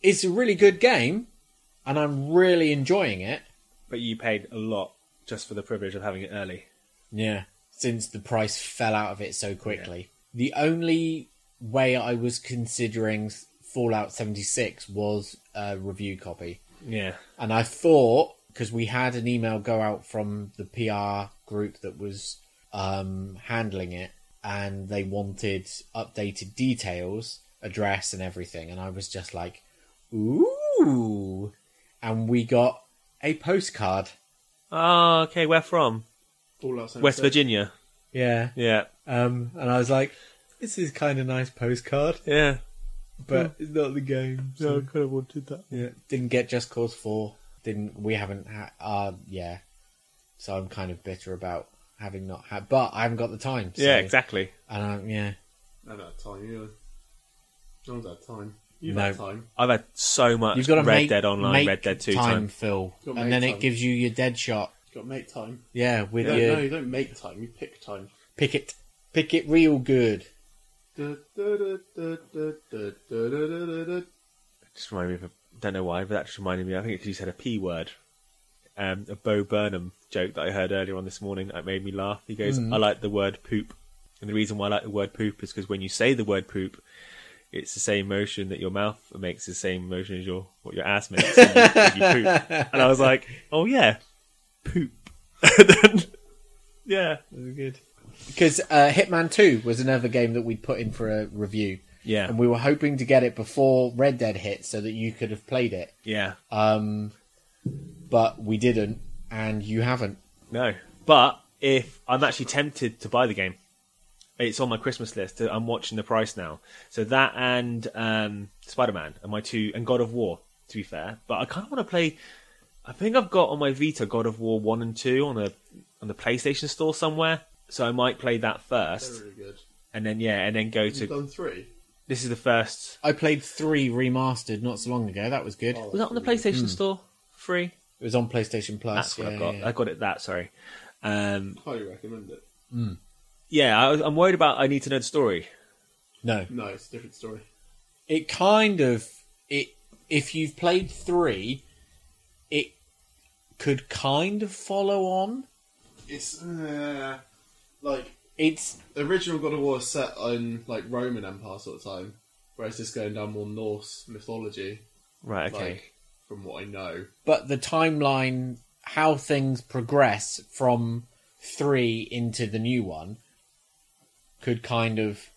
It's a really good game and I'm really enjoying it.
But you paid a lot just for the privilege of having it early.
Yeah, since the price fell out of it so quickly. The only way I was considering Fallout 76 was a review copy.
Yeah,
And I thought because we had an email go out from the PR group that was um, handling it, and they wanted updated details, address, and everything. And I was just like, "Ooh!" And we got a postcard.
Oh, okay. Where from?
Fallout 76.
West Virginia.
Yeah.
Yeah,
Um, and I was like, "This is kind of nice postcard,
yeah.
but it's not the game." So
could have wanted that.
yeah, didn't get Just Cause Four. Didn't we haven't? Ha- uh, yeah. So I'm kind of bitter about having not had, but I haven't got the time. so-
Yeah, exactly.
And I, yeah,
I don't have time either. No one's had time. You've
No.
had time.
I've had so much
you've got to
Red
make,
Dead Online,
make
Red Dead Two
time,
time.
fill,
Gotta
and
make
then it
time.
gives you your dead shot.
You've got to make time.
Yeah, with
No,
your
no, you don't make time. You pick time.
pick it, pick it real good.
Du- du- du- du- du- du- du- du- du- du- du.
Just reminded me of. A, don't know why, but that just reminded me. I think it just had a p word. Um, a Bo Burnham joke that I heard earlier on this morning that made me laugh. He goes, "I like the word poop, and the reason why I like the word poop is because when you say the word poop, it's the same motion that your mouth makes, the same motion as your what your ass makes when you, when you poop." And I was like, "Oh yeah, poop." yeah,
Good. Because uh, Hitman Two was another game that we put in for a review,
yeah,
and we were hoping to get it before Red Dead hit, so that you could have played it.
yeah.
Um, but we didn't, and you haven't.
No, but if I'm actually tempted to buy the game, it's on my Christmas list. I'm watching the price now. So that and um, Spider Man and my two and God of War. To be fair, but I kind of want to play. I think I've got on my Vita God of War one and two on the on the PlayStation Store somewhere. So I might play that
They're
first,
really good.
and then yeah, and then go
You've
to.
done three.
This is the first.
I played three remastered not so long ago. That was good.
Oh,
Was that on the PlayStation Store? Free.
It was on PlayStation Plus.
That's what I
yeah,
got.
yeah, yeah.
I got it. That sorry. Um,
Highly recommend it.
yeah, I, I'm worried about. I need to know the story.
No,
No, it's a different story.
it kind of it. If you've played three, it could kind of follow on.
It's uh, like
It's
the original God of War is set on like Roman Empire sort of time, whereas this going down more Norse mythology,
Right. Okay.
like from what I know.
but the timeline, how things progress from three into the new one, could kind of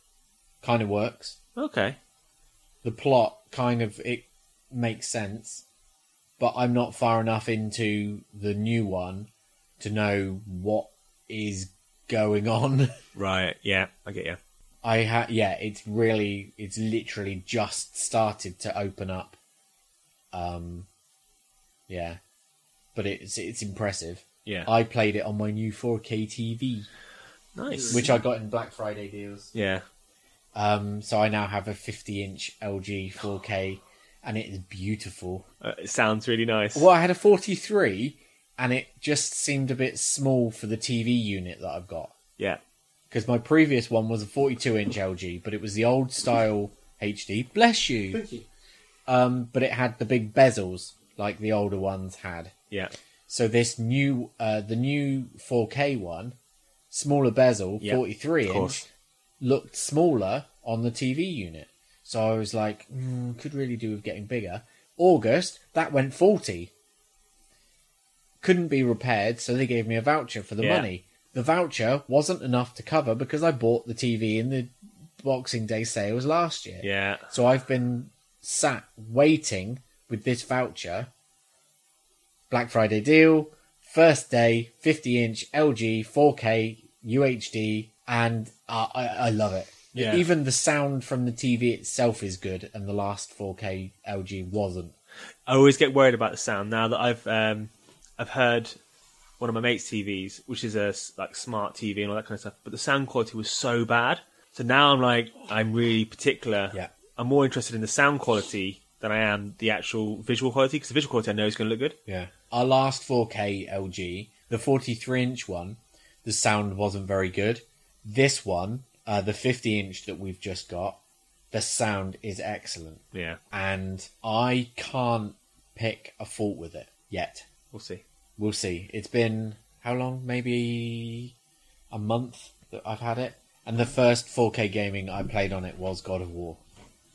kind of works.
Okay.
the plot kind of it makes sense, but I'm not far enough into the new one to know what is going on.
Right. Yeah, I get you.
I ha- yeah, it's really it's literally just started to open up. Um yeah. But it's it's impressive.
Yeah.
I played it on my new 4K TV,
nice.
which I got in Black Friday deals.
yeah.
Um, so I now have a 50 inch LG 4K, and it is beautiful.
Uh, it sounds really nice.
Well, I had a 43, and it just seemed a bit small for the TV unit that I've got
Yeah.
because my previous one was a 42 inch LG, but it was the old style HD. Bless you.
Thank you.
Um, but it had the big bezels like the older ones had.
Yeah.
So this new, uh, the new 4K one, smaller bezel,
Yeah,
43
of
inch,
course.
looked smaller on the TV unit. So I was like, mm, could really do with getting bigger. August, that went 40. Couldn't be repaired, so they gave me a voucher for the
Yeah.
money. The voucher wasn't enough to cover because I bought the TV in the Boxing Day sales last year.
Yeah.
So I've been sat waiting with this voucher. Black Friday deal, first day, 50 inch LG 4K UHD, and uh, I, I love it.
Yeah.
Even the sound from the TV itself is good, and the last 4K LG wasn't.
I always get worried about the sound now that I've um, I've heard one of my mates' TVs, which is a s- like smart TV and all that kind of stuff, but the sound quality was so bad. So now I'm like, I'm really particular.
Yeah.
I'm more interested in the sound quality than I am the actual visual quality because the visual quality I know is going to look good.
Yeah. Our last 4K LG, the 43 inch one, the sound wasn't very good. This one, uh, the 50 inch that we've just got, the sound is excellent.
Yeah.
and I can't pick a fault with it yet.
We'll see.
We'll see. It's been how long? Maybe a month that I've had it. And the first 4K gaming I played on it was God of War,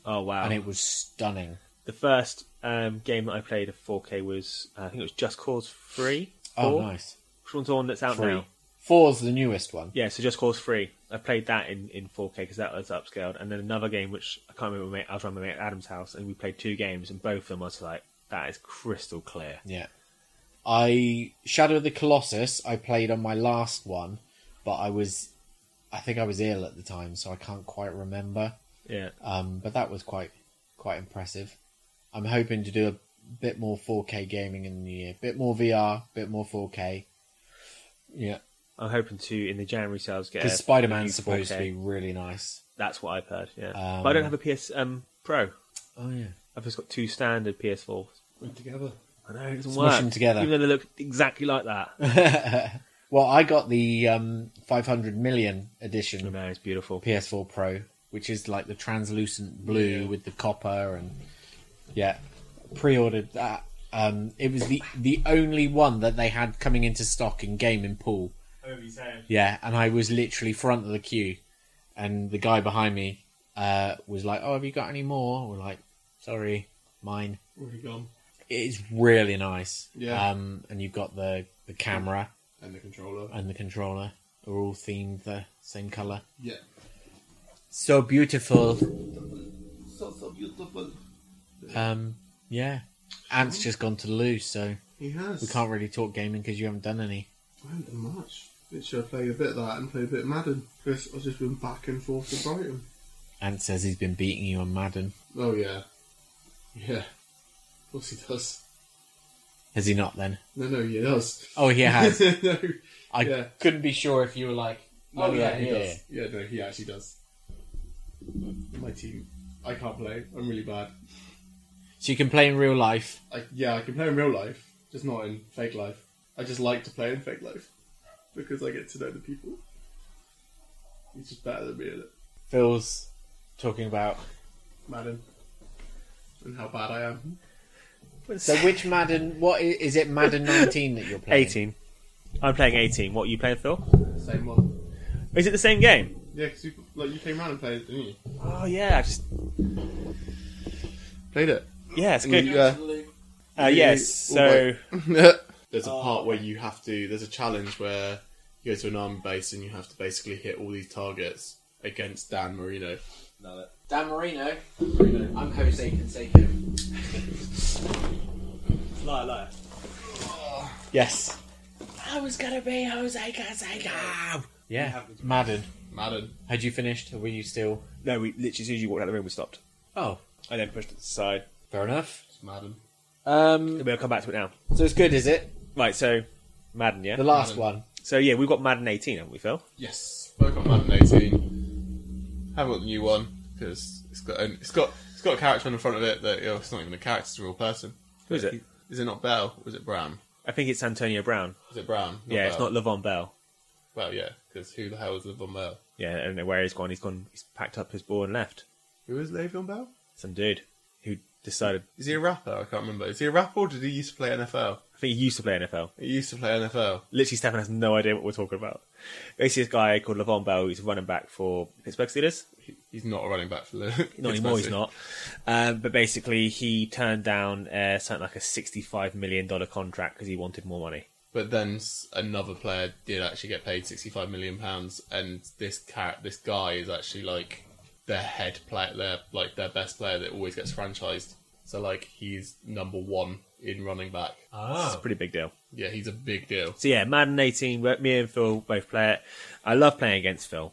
Oh wow.
and it was stunning.
the first um, game that I played of 4K was uh, I think it was Just Cause 3.
Oh,
Four?
nice.
Which one's the one that's out
Three.
now?
Four's the newest one.
Yeah, so Just Cause 3. I played that in, in 4K because that was upscaled. And then another game which I can't remember. mate- I was around my mate Adam's house and we played two games and both of them I was like, that is crystal clear.
Yeah. I Shadow of the Colossus I played on my last one, but I was I think I was ill at the time, so I can't quite remember.
Yeah.
Um, but that was quite quite impressive. I'm hoping to do a bit more 4K gaming in the new year, bit more VR, bit more 4K. Yeah,
I'm hoping to in the January sales get.
Because
a-
Spider Man's
a new
supposed to
4K.
be really nice.
That's what I've heard. Yeah,
Um,
but I don't have a PS um, Pro.
Oh yeah.
I've just got two standard PS4s.
Went together.
I know it doesn't
Smush
work.
them together.
even though they look exactly like that.
well, I got the um, 500 million
I
edition
know it's beautiful.
PS4 Pro, which is like the translucent blue with the copper and yeah, pre-ordered that. Um, it was the the only one that they had coming into stock in game in pool. Yeah, and I was literally front of the queue, and the guy behind me uh, was like, "Oh, have you got any more?" We're like, "Sorry, mine."
Already gone.
It is really nice.
Yeah.
Um, and you've got the the camera
And the controller.
and the controller are all themed the same color.
yeah.
So beautiful.
So, so beautiful.
Um, yeah. Ant's just gone to loo, so
He has.
we can't really talk gaming because you haven't done any.
I haven't done much. Literally, I played a bit of that and played a bit of Madden. Because I've just been back and forth to Brighton.
Ant says he's been beating you on Madden.
Oh, yeah. Yeah. Of course he does.
Has he not then?
No, no, he does.
Oh, he has.
no.
I
Yeah.
couldn't be sure if you were like,
No,
oh,
no,
yeah,
he
yeah.
does. uh, Yeah, no, he actually does. My team. I can't play. I'm really bad.
So you can play in real life.
I, yeah, I can play in real life, just not in fake life. I just like to play in fake life because I get to know the people. He's just better than me at it.
Phil's talking about.
Madden. And how bad I am.
So which Madden? What i- is it? Madden 19 that you're playing?
18. I'm playing 18. What are you playing, Phil?
Same one.
Is it the same game?
Yeah, because like, you came round and played it, didn't you?
Oh yeah, I just
Played it.
yeah, it's good. Uh,
Yeah,
yes.
all
So
there's a part where you have to, there's a challenge where you go to an army base and you have to basically hit all these targets against Dan Marino.
Dan Marino. I'm Jose Canseco.
Lie, lie.
yes,
I was gonna be Jose Canseco. Yeah, Madden.
Madden.
Had you finished? Or were you still?
no. We literally as soon as you walked out of the room, we stopped.
Oh,
I then pushed it aside.
fair enough.
It's Madden.
Um,
We'll come back to it now.
so it's good, is it?
Right. So Madden, yeah.
The last
Madden.
one.
So yeah, we've got Madden 18, haven't we, Phil?
Yes, I got Madden 18. Haven't got the new one because it's got an, it's got it's got a character on the front of it that you know, it's not even a character; it's a real person.
Who is it?
Is it not Bell? Or is it Brown?
I think it's Antonio Brown.
Is it Brown?
yeah, it's
Bell.
not Levon Bell.
Well, yeah, because who the hell is Le'Veon Bell?
Yeah, I don't know where he's gone. He's gone. He's packed up his ball and left.
Who is Le'Veon Bell?
Some dude who decided.
Is he a rapper? I can't remember. Is he a rapper or did he used to play NFL?
I think he used to play NFL.
He used to play NFL.
Literally, Stefan has no idea what we're talking about. Basically, this guy called Levon Bell, who's running back for Pittsburgh Steelers.
He- He's not a running back for the.
Not anymore, he's not. Um, but basically, he turned down uh, something like a $65 million contract because he wanted more money.
But then s- another player did actually get paid sixty-five million pounds, and this cat, this guy is actually like their head player, their like their best player that always gets franchised. So like he's number one in running back. Uh,
It's
Oh.
a pretty big deal.
Yeah, he's a big deal.
So, yeah, Madden 18, where me and Phil both play it. I love playing against Phil.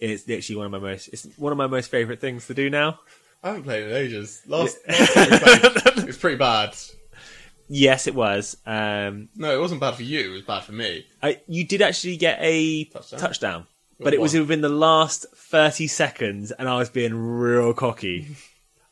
It's literally one of my most it's one of my most favourite things to do now.
I haven't played in ages. Last, last time we played, it's pretty bad.
Yes, it was. Um,
No, it wasn't bad for you. It was bad for me.
I, you did actually get a
Touchdown.
touchdown, but it was
one.
within the last 30 seconds, and I was being real cocky.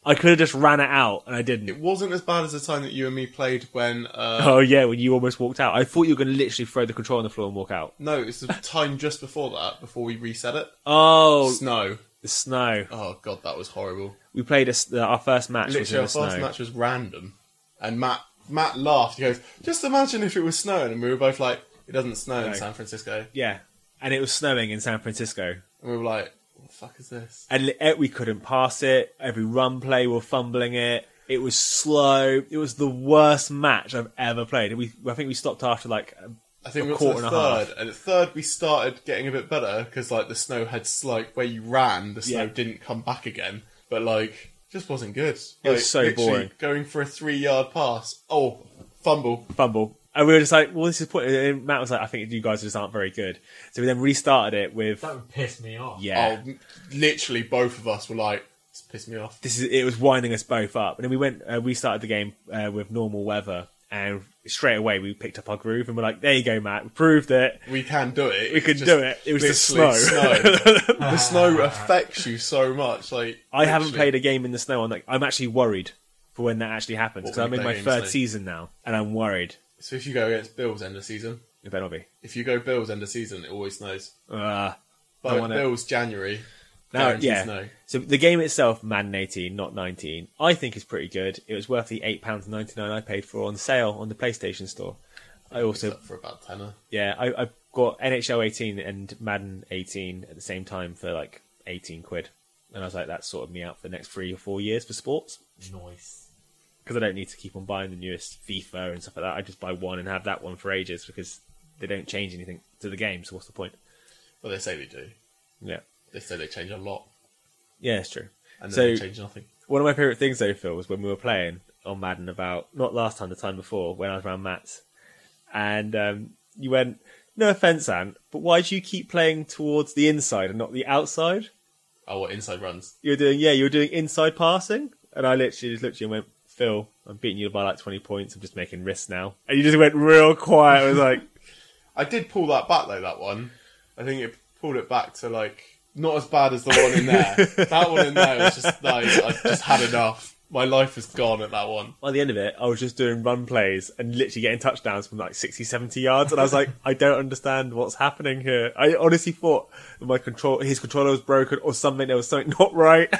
I could have just ran it out, and I didn't.
It wasn't as bad as the time that you and me played when. Uh,
Oh yeah, when you almost walked out, I thought you were going to literally throw the control on the floor and walk out.
No, it's the time just before that, before we reset it.
Oh,
Snow.
the snow!
Oh god, that was horrible.
We played a s uh, our first match was in
Literally,
the
our first
snow.
match was random, and Matt Matt laughed. He goes, "Just imagine if it was snowing," and we were both like, "It doesn't snow in
No.
San Francisco,"
Yeah, and it was snowing in San Francisco,
and we were like, "What the fuck is this?"
and li- eh, we couldn't pass it. Every run play, we were fumbling it. It was slow. It was the worst match I've ever played. We, I think we stopped after like a
I think
A
we got to
quarter
the
and a half.
third, and at third we started getting a bit better because like the snow had s- like where you ran, the snow
Yeah.
didn't come back again, but like just wasn't good.
It was
Like,
so
literally
boring.
Going for a three-yard pass, oh fumble.
fumble. And we were just like, well, this is point. And Matt was like, I think you guys just aren't very good. So we then restarted it with,
That would piss me off.
yeah.
Oh, m- literally both of us were like, "This pissed me off."
this is it was winding us both up, and then we went uh, restarted the game uh, with normal weather, and straight away we picked up our groove and we're like, "There you go, Matt. We proved it.
We can do it.
We
it's
could
just
do it. It was the snow."
literally snow. the snow affects you so much. Like
I haven't
literally.
played a game in the snow. I'm like, I'm actually worried for when that actually happens
What
because I'm
we
in my
play
third
games, eh?
season now, and I'm worried.
So if you go against Bills end of season,
It better not be.
if you go Bills end of season, it always snows.
Uh,
But
wanna-
Bills January,
now,
guaranteed
yeah.
snow.
So the game itself, Madden 18, not 19, I think is pretty good. It was worth the eight pounds ninety nine I paid for on sale on the PlayStation Store. I also
Except for about tenner.
Yeah, I, I got NHL 18 and Madden 18 at the same time for like 18 quid. And I was like, that sorted me out for the next three or four years for sports.
Nice.
Because I don't need to keep on buying the newest FIFA and stuff like that. I just buy one and have that one for ages because they don't change anything to the game. So what's the point?
Well, they say they do.
Yeah.
They say they change a lot,
Yeah, it's true.
and then
So-
they change nothing.
One of my favourite things though, Phil, was when we were playing on Madden about not last time, the time before, when I was around Matt's, and um, you went, "No offence, Ant, but why do you keep playing towards the inside and not the outside?"
Oh, what inside runs?
You were doing, yeah, you were doing inside passing, and I literally just looked at you and went, "Phil, I'm beating you by like 20 points. I'm just making risks now," and you just went real quiet. I was like,
I did pull that back though. That one, I think it pulled it back to like not as bad as the one in there. that one in there was just like I just had enough. My life was gone at that one.
by the end of it, I was just doing run plays and literally getting touchdowns from like 60, 70 yards. And I was like, I don't understand what's happening here. I honestly thought that my control, his controller was broken or something. There was something not right.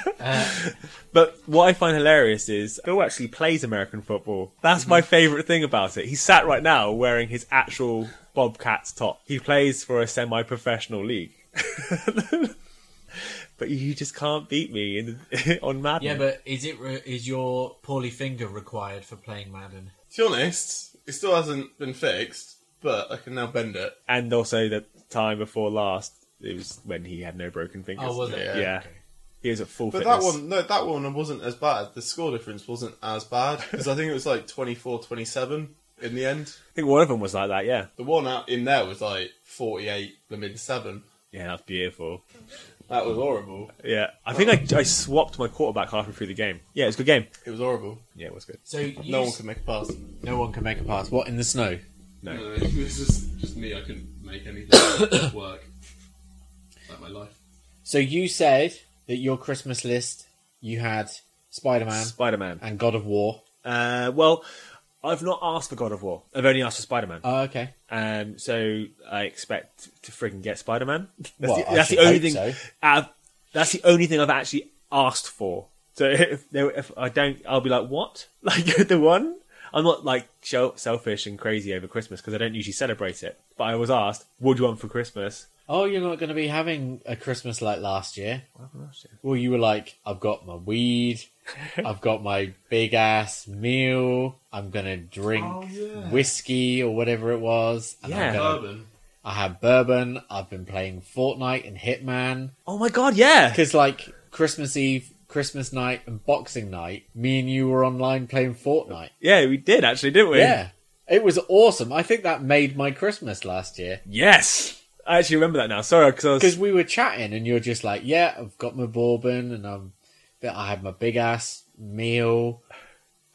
but what I find hilarious is Phil actually plays American football. That's my favorite thing about it. He's sat right now wearing his actual Bobcats top. He plays for a semi-professional league. but you just can't beat me in, on Madden.
Yeah, but is it re- is your poorly finger required for playing Madden?
To be honest, it still hasn't been fixed, but I can now bend it.
and also the time before last it was when he had no broken fingers.
Oh, was it?
Yeah,
Yeah.
Okay.
he was at full
But
fitness.
that one, no, that one wasn't as bad. The score difference wasn't as bad because I think it was like 24-27 in the end.
I think one of them was like that. Yeah,
The one out in there was like forty-eight, the mid seven.
yeah, that's beautiful.
That was horrible.
Yeah, I think I, I swapped my quarterback halfway through the game. Yeah, it was a good game.
It was horrible.
Yeah, it was good.
So you
No one
s-
could make a pass.
no one can make a pass. What in the snow?
No.
this is just me. I couldn't make anything work. Like my life.
So you said that your Christmas list you had Spider Man
Spider Man.
and God of War.
Uh, well, I've not asked for God of War. I've only asked for Spider Man.
Oh, okay.
Um, so I expect to frigging get Spider Man. That's,
Well,
the,
I
that's the
should
only
hope
thing.
so.
I've, that's the only thing I've actually asked for. So if, there, if I don't, I'll be like, "What? Like the one?" I'm not like shel- selfish and crazy over Christmas because I don't usually celebrate it. But I was asked, "What do you want for Christmas?"
Oh, you're not going to be having a Christmas like last year. Well, you were like, I've got my weed, I've got my big ass meal, I'm going to drink whiskey or whatever it was. And
Yeah.
I'm gonna,
Urban.
I had bourbon, I've been playing Fortnite and Hitman.
Oh my god, yeah,
Because, like, Christmas Eve, Christmas night, and Boxing night, me and you were online playing Fortnite.
yeah, we did actually, didn't we?
Yeah. It was awesome. I think that made my Christmas last year.
Yes, I actually remember that now. Sorry, because I was
because we were chatting and you're just like yeah i've got my bourbon and i'm but i had my big ass meal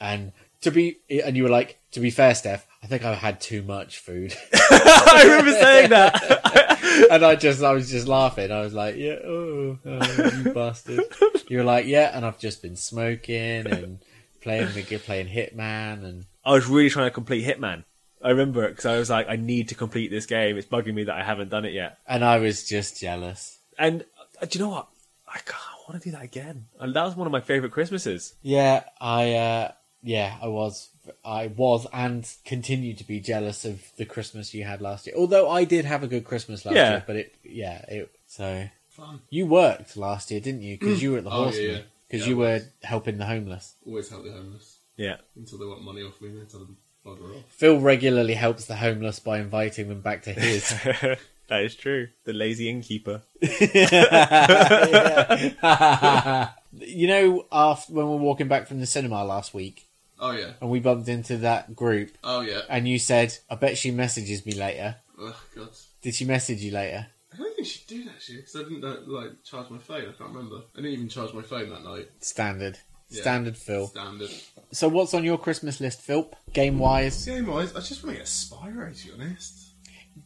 and to be and you were like to be fair steph i think i had too much food
I remember saying that.
and i just i was just laughing i was like yeah oh, oh, you bastard you were like yeah and i've just been smoking and playing the g- playing hitman and
I was really trying to complete Hitman. I remember it because I was like, I need to complete this game. It's bugging me that I haven't done it yet.
and i was just jealous
And uh, do you know what? I, can't- I want to do that again. And that was one of my favorite Christmases.
yeah i uh yeah i was i was and continue to be jealous of the christmas you had last year although i did have a good christmas last
Yeah.
year but it yeah it so
Fun.
you worked last year didn't you because you were at the
Oh, yeah,
horseman
yeah.
because
Yeah,
you
I
were helping the homeless
Always help the homeless
Yeah.
until they want money off me. Then tell them bugger off.
phil regularly helps the homeless by inviting them back to his
that is true. The lazy innkeeper.
you know after when we were walking back from the cinema last week
Oh yeah.
and we bumped into that group
Oh yeah.
and you said i bet she messages me later
Oh god.
did she message you later
I don't think she uh, did actually because I didn't like charge my phone. I can't remember. I didn't even charge my phone that night.
standard Standard Phil.
Standard.
So what's on your Christmas list, Philp? Game wise,
Game wise, I just want to get Spyro, to be honest.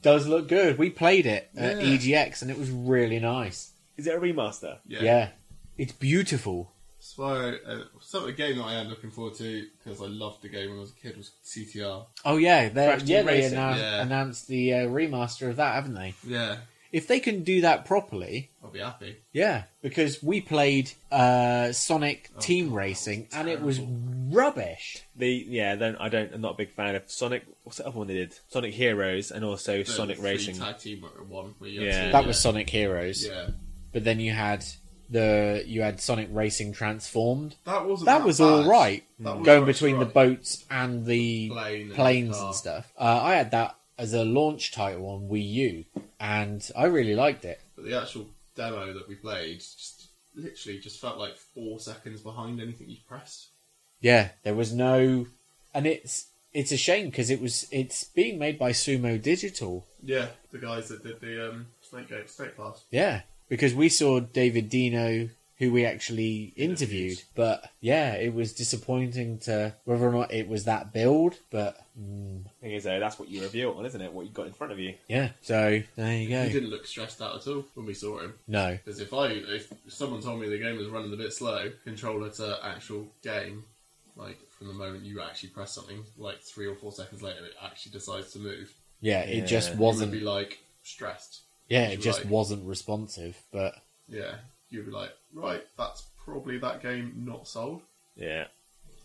does look good. We played it at
Yeah.
EGX and it was really nice.
Is it a remaster?
Yeah, it's beautiful.
Spyro, uh, sort of game that I am looking forward to because I loved the game when I was a kid was CTR.
Oh yeah, they
Crash Team
yeah they
Racing,
annou-
yeah.
announced the uh, remaster of that, haven't they?
Yeah,
If they can do that properly,
I'll be happy.
yeah, because we played uh, Sonic Team
Oh, God, that
Racing
was
and it was
terrible.
rubbish.
The yeah, then I don't. I'm not a big fan of Sonic. What's the other one they did? Sonic Heroes and also
The
Sonic
three
Racing.
tag team one. Where you
Yeah.
had two,
That was Sonic Heroes,
Yeah,
but then you had the you had Sonic Racing transformed.
that wasn't.
That was all right.
That was
Going
all
between the
right.
boats and the
Plane and
planes
car.
and stuff. Uh, I had that as a launch title on Wii U, and I really liked it.
But the actual demo that we played just literally just felt like four seconds behind anything you pressed.
Yeah, there was no, and it's it's a shame because it was it's being made by Sumo Digital.
Yeah, the guys that did the um, Snake Game, Snake Pass.
Yeah, because we saw David Dino, who we actually interviewed, but yeah, it was disappointing to whether or not it was that build, but mm,
Thing is, though, that's what you review it on, isn't it? What you got in front of you.
yeah. So there you
He
go.
didn't look stressed out at all when we saw him.
No,
Because if I if someone told me the game was running a bit slow, controller to actual game, like from the moment you actually press something, like three or four seconds later, it actually decides to move.
yeah, it just
Yeah.
You would
wasn't.
be like stressed.
Yeah,
Which
it
you
just
like.
wasn't responsive, but
Yeah, you'd be like, right, that's probably that game not sold.
Yeah.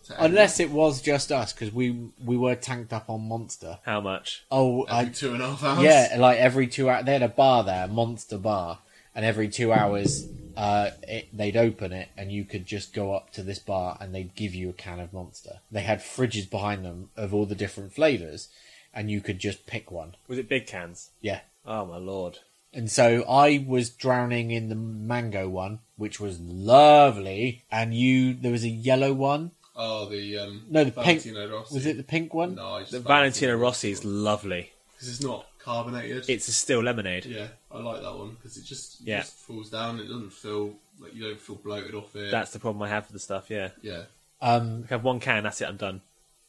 to anyone.
unless it was just us because we we were tanked up on Monster.
How much?
Oh,
every
I,
two and a half hours.
yeah, like every two hours they had a bar there, Monster Bar, and every two hours uh, it, they'd open it and you could just go up to this bar and they'd give you a can of Monster. They had fridges behind them of all the different flavors, and you could just pick one.
Was it big cans?
Yeah.
Oh my lord.
And so I was drowning in the mango one, which was lovely, and you there was a yellow one.
Oh, the um,
No, the pink-
Valentino Rossi.
Was it the pink one?
No, I just
The Valentino Rossi is lovely.
because it's not carbonated.
It's a still lemonade.
yeah, I like that one because it just it
Yeah.
just falls down. It doesn't feel like you don't feel bloated off it.
That's the problem I have with the stuff. Yeah.
yeah,
Um,
I have one can. That's it. I'm done.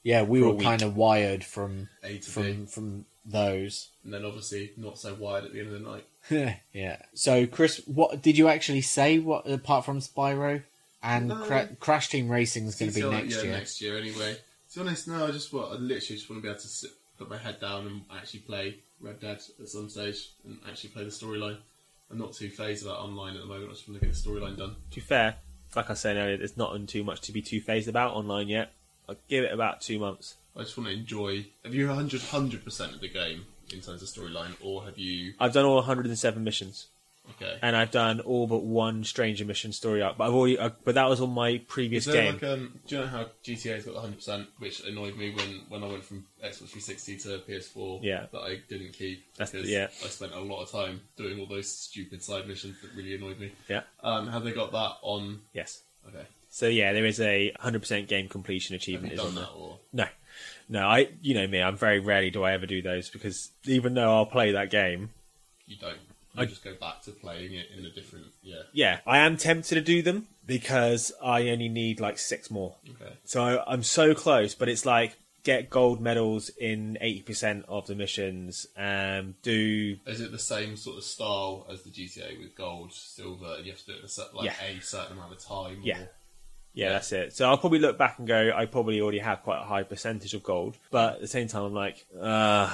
yeah, we
For a
were
week.
kind of wired from
A to B.
from from those.
and then obviously not so wide at the end of the night.
yeah. So, Chris, what did you actually say? What apart from Spyro and
No.
Cra- Crash Team Racing is going to be
So,
next
yeah,
year?
next year anyway. To be honest, no, I just want, I literally just want to be able to sit, put my head down and actually play Red Dead at some stage and actually play the storyline. I'm not too phased about online at the moment. I just want to get the storyline done.
To be fair, like I was saying earlier, there's not too much to be too phased about online yet. I'll give it about two months.
I just want to enjoy. Have you 100 percent of the game in terms of storyline, or have you?
I've done all 107 missions,
Okay.
and I've done all but one Stranger Mission story arc. But I've already, uh, but that was on my previous
Is there
game.
like um? Do you know how GTA's got 100 percent, which annoyed me when when I went from Xbox 360 to PS4.
Yeah.
That I didn't keep
That's-
because
yeah.
I spent a lot of time doing all those stupid side missions that really annoyed me.
Yeah.
Um, have they got that on?
Yes.
Okay.
So yeah, there is a 100% game completion
Have
achievement.
you
Is
done
on there.
that or?
No, no. I, you know me. I'm very rarely do I ever do those because even though I'll play that game,
You don't. You
I-
just go back to playing it in a different. Yeah.
yeah, I am tempted to do them because I only need like six more.
Okay.
So I, I'm so close, but it's like get gold medals in 80% of the missions. Um, do
Is it the same sort of style as the GTA with gold, silver, and you have to do it in a cer- like
Yeah.
a certain amount of time?
Yeah.
or-
yeah, that's it. So I'll probably look back and go, I probably already have quite a high percentage of gold, but at the same time, I'm like, uh,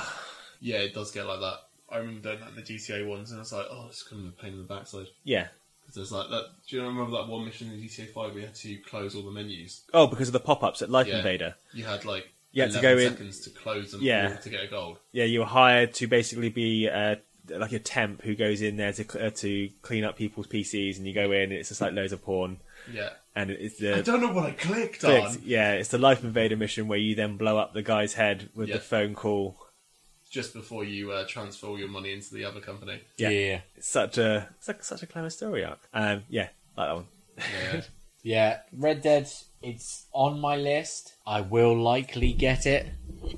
yeah, it does get like that. I remember doing that in the GTA ones, and I was like, oh, it's kind of a pain in the backside.
yeah.
Because there's like that. Do you remember that one mission in GTA 5 we had to close all the menus?
Oh, because of the pop-ups at Life
Yeah.
Invader.
You had like
You had to
11
go in-
seconds to close them
Yeah.
all to get a gold.
Yeah, you were hired to basically be uh, like a temp who goes in there to cl- uh, to clean up people's PCs, and you go in, and it's just like loads of porn,
Yeah.
and it's
I
the
don't know what I clicked
Correct.
on
Yeah, it's the Life Invader mission where you then blow up the guy's head with
Yeah.
the phone call.
just before you uh, transfer all your money into the other company.
Yeah.
yeah,
It's such a it's like such a clever story arc. Um, yeah, like that one.
Yeah.
yeah. Red Dead, it's on my list. I will likely get it,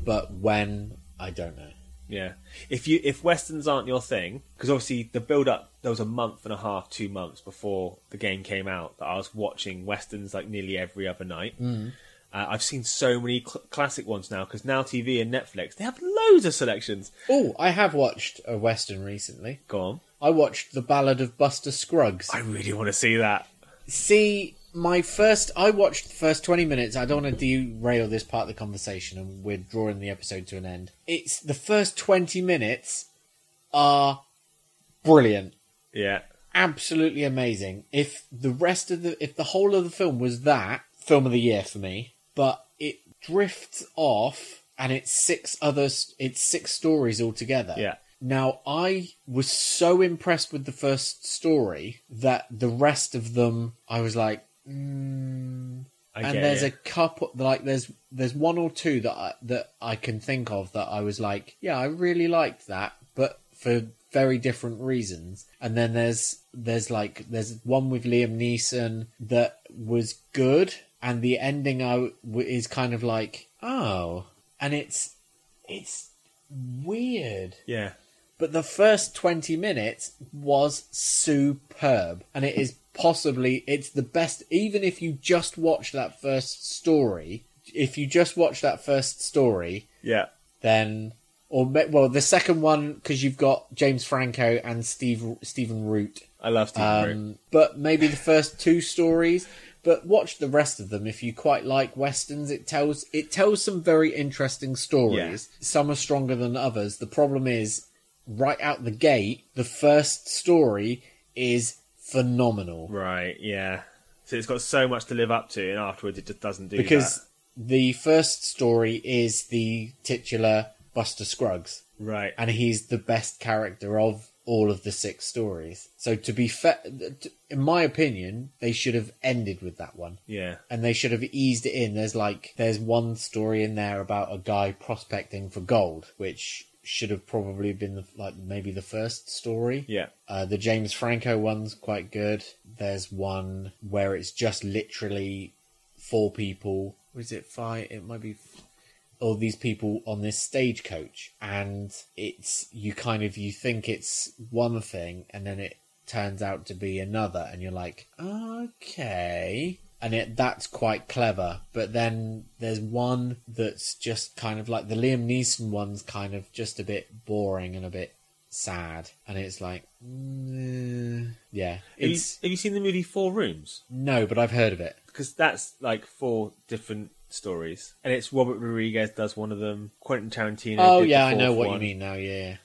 but when I don't know.
Yeah. If you if westerns aren't your thing, because obviously the build up there was a month and a half, two months before the game came out that I was watching westerns like nearly every other night. Mm. Uh, I've seen so many cl- classic ones now because Now TV and Netflix they have loads of selections.
Oh, I have watched a western recently.
Go on.
I watched The Ballad of Buster Scruggs.
I really want to see that.
See, my first, I watched the first 20 minutes. I don't want to derail this part of the conversation and we're drawing the episode to an end. It's the first 20 minutes are brilliant.
Yeah.
Absolutely amazing. If the rest of the, if the whole of the film was that, film of the year for me, but it drifts off and it's six other, it's six stories altogether.
Yeah.
Now, I was so impressed with the first story that the rest of them, I was like, mm.
I
and
get
there's
it.
a couple, like there's there's one or two that I, that I can think of that I was like, yeah, I really liked that, but for very different reasons. And then there's there's like there's one with Liam Neeson that was good, and the ending I w- is kind of like, oh, and it's it's weird
Yeah.
but the first 20 minutes was superb and it is possibly it's the best even if you just watch that first story if you just watch that first story
Yeah.
then or ma- well the second one because you've got james franco and steve stephen root
I love Stephen Root.
um, but maybe the first two stories. But watch the rest of them if you quite like westerns. It tells it tells some very interesting stories. Some are stronger than others. The problem is, right out the gate, the first story is phenomenal
Right. Yeah. So it's got so much to live up to, and afterwards it just doesn't do
because
that.
the first story is the titular Buster Scruggs.
Right.
and he's the best character of all of the six stories. So to be fair, in my opinion, they should have ended with that one.
Yeah.
And they should have eased it in. There's like there's one story in there about a guy prospecting for gold, which should have probably been the, like maybe the first story.
Yeah.
Uh, the James Franco one's quite good. There's one where it's just literally four people. Was it five? It might be f- all these people on this stagecoach, and it's you kind of you think it's one thing, and then it turns out to be another, and you're like, okay. And it, that's quite clever, but then there's one that's just kind of like the Liam Neeson one's kind of just a bit boring and a bit sad, and it's like, mm, yeah,
Have you,
it's
have you seen the movie Four Rooms?
no, but I've heard of it.
because that's like four different stories, and it's Robert Rodriguez does one of them. Quentin Tarantino.
Oh
did the
yeah, I
fourth
know what
one.
you mean now. Yeah,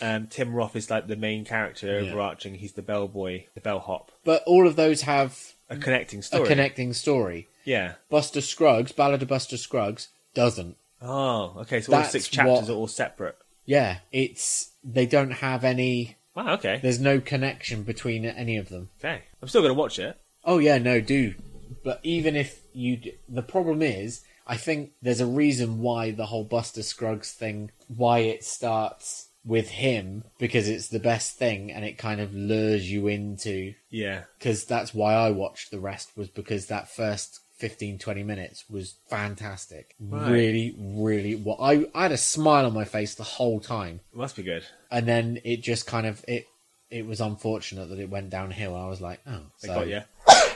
Um, Tim Roth is like the main character,
Yeah.
overarching. He's the bellboy, the bellhop,
but all of those have
a connecting story.
a connecting story.
yeah.
Buster Scruggs, Ballad of Buster Scruggs, doesn't.
Oh, okay. So all
That's
six chapters
what-
are all separate.
Yeah, it's they don't have any.
Wow. Okay.
There's no connection between any of them.
Okay. I'm still gonna watch it.
Oh yeah, no, do. But even if you, d- the problem is, I think there's a reason why the whole Buster Scruggs thing, why it starts with him because it's the best thing and it kind of lures you into
Yeah.
because that's why I watched the rest was because that first 15 20 minutes was fantastic really really well I, I had a smile on my face the whole time
It must be good.
and then it just kind of it it was unfortunate that it went downhill i was like oh
They
so-
got you.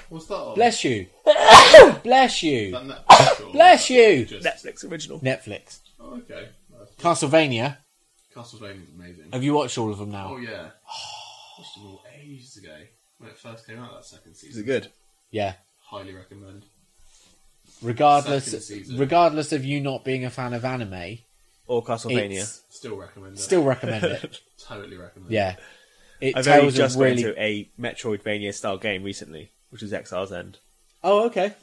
What's that on?
bless you bless you Bless
Bless
you.
Just...
Netflix original.
netflix
Oh, okay. Nice.
castlevania
Castlevania's amazing.
have you watched all of them now
Oh yeah. Watched them all ages ago when it first came out. That second
Is it
season.
good?
yeah
Highly recommend. Second
regardless
season.
regardless of you not being a fan of anime
Or Castlevania?
it's,
Still recommend it.
still recommend it
totally recommend.
yeah it
I've only
tells a
just
really
went to a Metroidvania style game recently, which was Exile's End.
Oh, okay.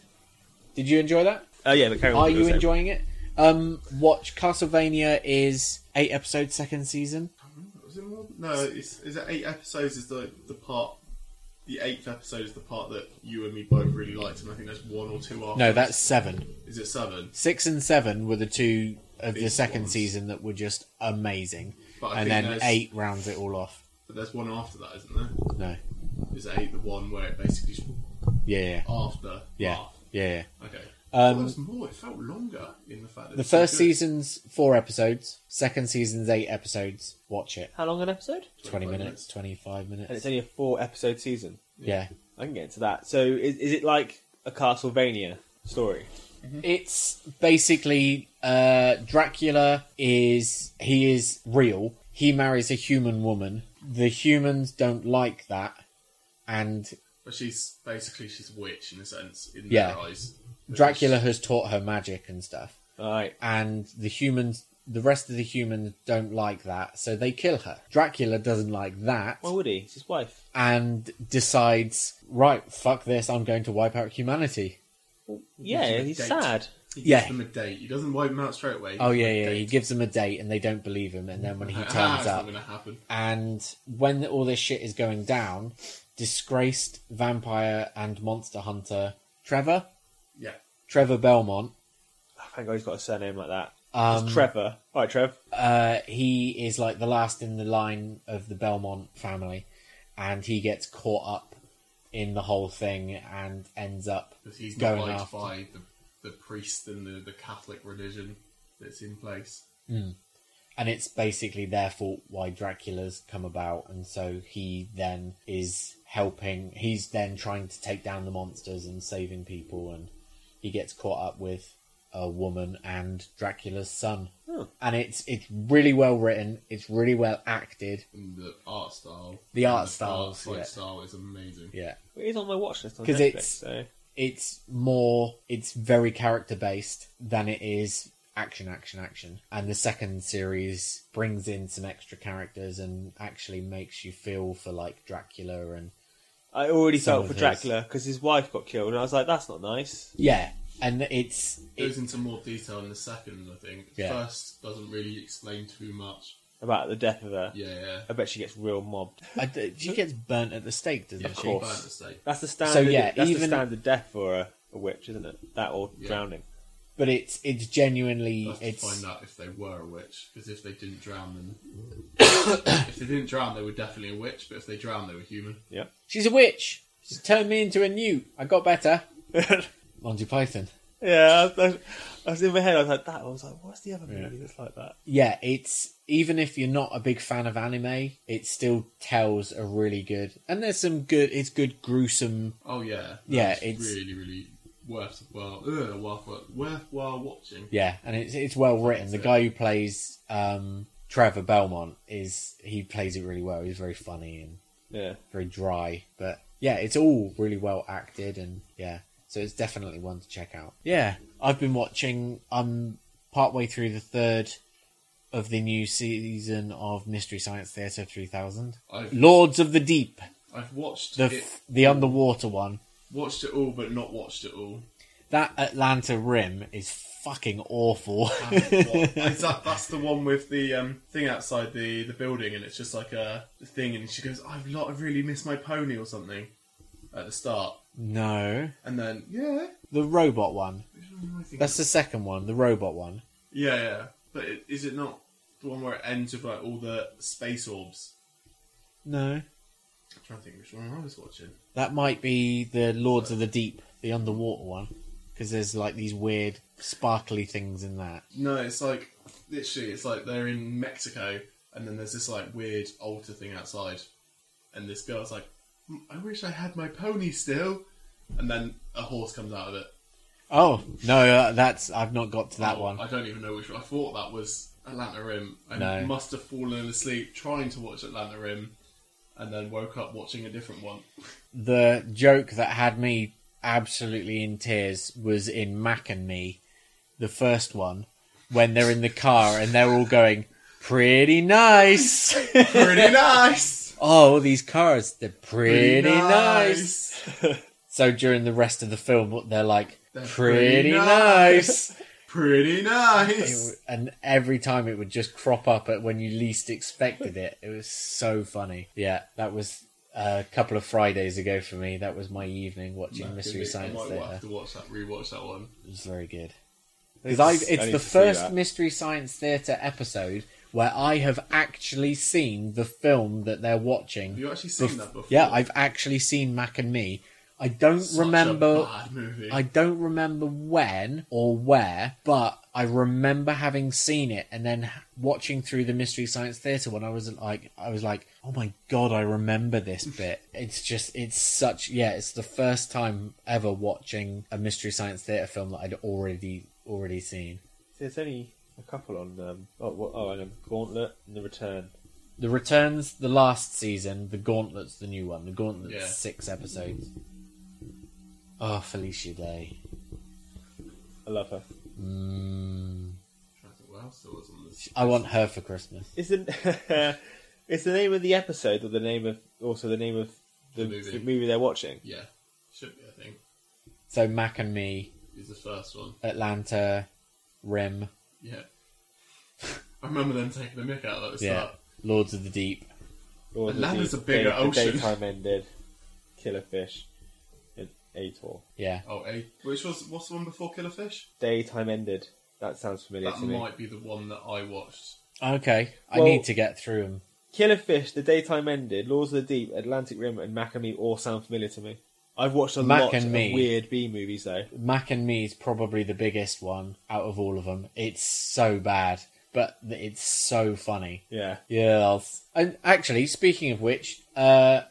Did you enjoy that?
Oh yeah, but carry on
Are
with what
you
were saying.
enjoying it? Um, watch Castlevania is eight episode second season.
it. Was it more? No, it's, is it eight episodes? Is the the part? The eighth episode is the part that you and me both really liked, and I think there's one or two after.
No, that's seven.
is it seven?
Six and seven were the two of the
Big
second
ones.
season that were just amazing,
But I
and
think
then
there's-
eight rounds it all off.
But there's one after that, isn't there?
No,
Is it eight the one where it basically
yeah, yeah,
after?
yeah,
Bath?
yeah. yeah.
Okay. Well, that's more. It felt longer in the fact that
The
it's so
first
good.
season's four episodes, second season's eight episodes. Watch it.
How long an episode?
20
25
minutes, 25 minutes.
And it's only a four episode season.
yeah.
I can get into that. So is, is it like a Castlevania story?
It's basically uh, Dracula is he is real. He marries a human woman. The humans don't like that, and
But she's basically she's a witch in a sense in
Yeah.
their eyes. Because
Dracula has taught her magic and stuff.
All right.
And the humans, the rest of the humans don't like that, so they kill her. Dracula doesn't like that
Why would he? It's his wife.
and decides, right, fuck this, I'm going to wipe out humanity.
Yeah,
a
he's
date.
sad.
He gives
yeah.
them a date. He doesn't wipe them out straight away. He
Oh
gives
yeah,
them a
yeah. He
date.
gives them a date, and they don't believe him. And then when he
Ah,
turns
it's
up,
not going to happen.
and when all this shit is going down, disgraced vampire and monster hunter Trevor,
Yeah.
Trevor Belmont,
Oh, thank God he's got a surname like that.
um,
it's Trevor. All right, Trev.
uh, he is like the last in the line of the Belmont family, and he gets caught up in the whole thing and ends up
Because he's not
going
liked
after.
by the, the priest and the, the Catholic religion that's in place.
and it's basically their fault why Dracula's come about, and so he then is helping. He's then trying to take down the monsters and saving people, and he gets caught up with a woman and Dracula's son. And it's it's really well written. It's really well acted.
And the art style.
The art
and
styles,
art
yeah.
style is amazing.
Yeah,
Well, He's on my watch list on
'Cause
Netflix.
it's-
So.
it's more. It's very character based than it is action, action, action. And the second series brings in some extra characters and actually makes you feel for like Dracula and
I already
Some
felt
of
for
his.
Dracula because his wife got killed, and I was like, "That's not nice."
Yeah, and it's
It goes
it,
into more detail in the second, I think.
Yeah.
First doesn't really explain too much.
about the death of her.
Yeah, yeah.
I bet she gets real mobbed.
I, she gets burnt at the stake, doesn't
Of
she?
course.
Burnt at stake.
That's the standard.
yeah,
that's
even-
the standard death for a, a witch, isn't it? That or
Yeah.
drowning.
But it's it's genuinely
Let's
it's
find out if they were a witch, because if they didn't drown, then if they didn't drown, they were definitely a witch. But if they drowned, they were human.
she's a witch. She's turned me into a newt. I got better. Monty Python.
Yeah, I, I, I was in my head. I was like that. I was like, "What's the other movie that's like that?"
Yeah, it's even if you're not a big fan of anime, it still tells a really good and there's some good. It's good gruesome.
Oh yeah,
Yeah,
That's
it's-
really, really worthwhile, uh, worthwhile, worthwhile watching.
Yeah, and it's it's well written. The guy who plays um, Trevor Belmont is he plays it really well. He's very funny and
Yeah,
very dry, but yeah, it's all really well acted and yeah, so it's definitely one to check out. Yeah, I've been watching. I'm partway through the third of the new season of Mystery Science Theater 3000,
I've
Lords of the Deep,
I've watched
the
it,
f- the underwater one.
watched it all, but not watched it all.
That Atlanta Rim is fucking awful.
Is that that's the one with the um, thing outside the, the building, and it's just like a thing, and she goes, "I've lot, I've really missed my pony" or something at the start,
no,
and then yeah,
the robot one.
Which one am I thinking?
That's the second one, the robot one.
Yeah, yeah. But it, is it not the one where it ends with like all the space orbs?
No,
I'm trying to think which one I was watching.
That might be the Lords of the Deep, the underwater one, because there's like these weird sparkly things in that.
No, it's like literally, it's like they're in Mexico, and then there's this like weird altar thing outside, and this girl's like, "Mm, "I wish I had my pony still," and then a horse comes out of it.
Oh no, uh, that's I've not got to that
Oh,
one.
I don't even know which one. I thought that was Atlanta Rim. I
No.
must have fallen asleep trying to watch Atlanta Rim, and then woke up watching a different one.
The joke that had me absolutely in tears was in Mac and Me, the first one, when they're in the car and they're all going pretty nice.
Pretty nice.
oh, these cars, they're pretty, nice. So during the rest of the film, they're like
They're
pretty,
pretty
nice.
nice. Pretty
It
nice.
w- and every time it would just crop up at when you least expected it. It was so funny. Yeah, that was a couple of Fridays ago for me. That was my evening watching Mystery
I
Science
might
Theater.
have to watch that, rewatch that one.
It was very good. Because I,
I
it's
need
the
to see
first
that.
Mystery Science Theater episode where I have actually seen the film that they're watching.
Have you actually seen
bef-
that before?
Yeah, I've actually seen Mac and Me I don't remember.
Such a bad movie.
I don't remember when or where, but I remember having seen it and then h- watching through the Mystery Science Theater when I was like, I was like, oh my god, I remember this bit. It's just, it's such, yeah, it's the first time ever watching a Mystery Science Theater film that I'd already already seen.
There's only a couple on. Um, oh, what, oh, and um, Gauntlet and The Return.
The returns the last season. The Gauntlet's the new one. The Gauntlet's
Yeah.
six episodes. Oh, Felicia Day.
I love her.
Mm,
Trying to think what else there was on this.
I want her for Christmas.
Isn't it's the name of the episode or the name of also the name of the,
The movie.
the movie they're watching?
Yeah, should be. I think
So Mac and me,
is the first one.
Atlanta, Rim,
Yeah, I remember them taking the mick out of it at the
yeah,
start.
Lords of the Deep.
Or
The land
the
is a bigger
day- the
ocean.
daytime ended. Killer fish. And Ator.
Yeah,
Oh, eh? Which was what's the one before Killer Fish?
Daytime ended. That sounds familiar
That
to me.
might be the one that I watched.
okay. I
Well-
need to get through them.
Killer Fish, The Daytime Ended, Laws of the Deep, Atlantic Rim, and Mac and Me all sound familiar to me. I've watched a
Mac
lot
and
of
Me.
weird B movies though.
Mac and Me is probably the biggest one out of all of them. It's so bad, but it's so funny.
Yeah.
Yeah. I'll... And actually, speaking of which, uh,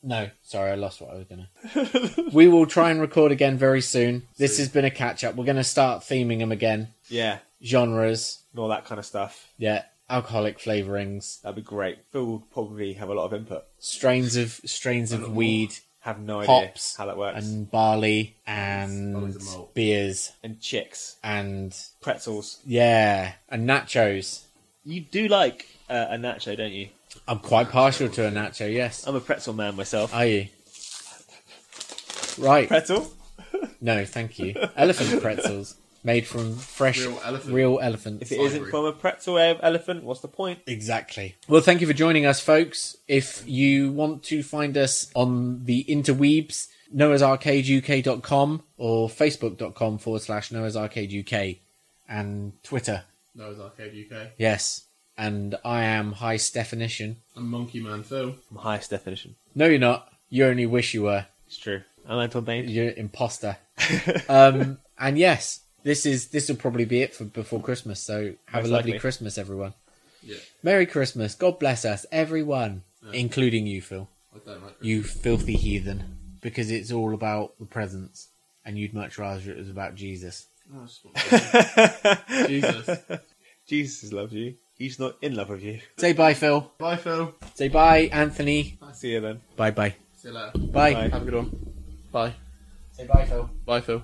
no, sorry, I lost what I was gonna. we will try and record again very soon. This has been a catch up. We're gonna start theming them again.
Yeah.
Genres,
And all that kind of stuff.
yeah, alcoholic flavorings,
That'd be great. Phil would probably have a lot of input.
strains of strains of weed.
Have no
Hops
idea how that works. And,
and barley
Barley's
and
a malt.
beers
chicks.
and
Pretzels.
yeah and nachos.
You do like uh, a nacho, don't you?
I'm quite partial to a nacho. Yes,
I'm a pretzel man myself.
are you? Right.
pretzel?
No, thank you. Elephant pretzels made from fresh
Real elephant.
real elephants.
If it
Ivory.
not from a pretzel e- elephant, what's the point?
Exactly. Well, thank you for joining us, folks. If you want to find us on the interweebs, noahsarcadeuk.com or facebook.com forward slash noahsarcadeuk and Twitter.
That was Arcade UK.
Yes. And I am highest definition.
And Monkey Man Phil.
I'm highest definition.
No, you're not. You only wish you were.
It's true. I'm Anton Bain.
You're an imposter. um, and yes, this is this will probably be it for before Christmas. So have
Most
a lovely
likely.
Christmas, everyone.
Yeah,
Merry Christmas. God bless us, everyone, including you, Phil.
I don't like.
You filthy heathen, because it's all about the presents, and you'd much rather it was about Jesus.
Oh, I just want- Jesus.
Jesus loves you. He's not in love with you.
Say bye, Phil.
Bye, Phil.
Say bye, Anthony.
See you then.
Bye, bye,
See you later.
bye.
Bye.
Have a good one. Bye. Say bye, Phil.
Bye, Phil.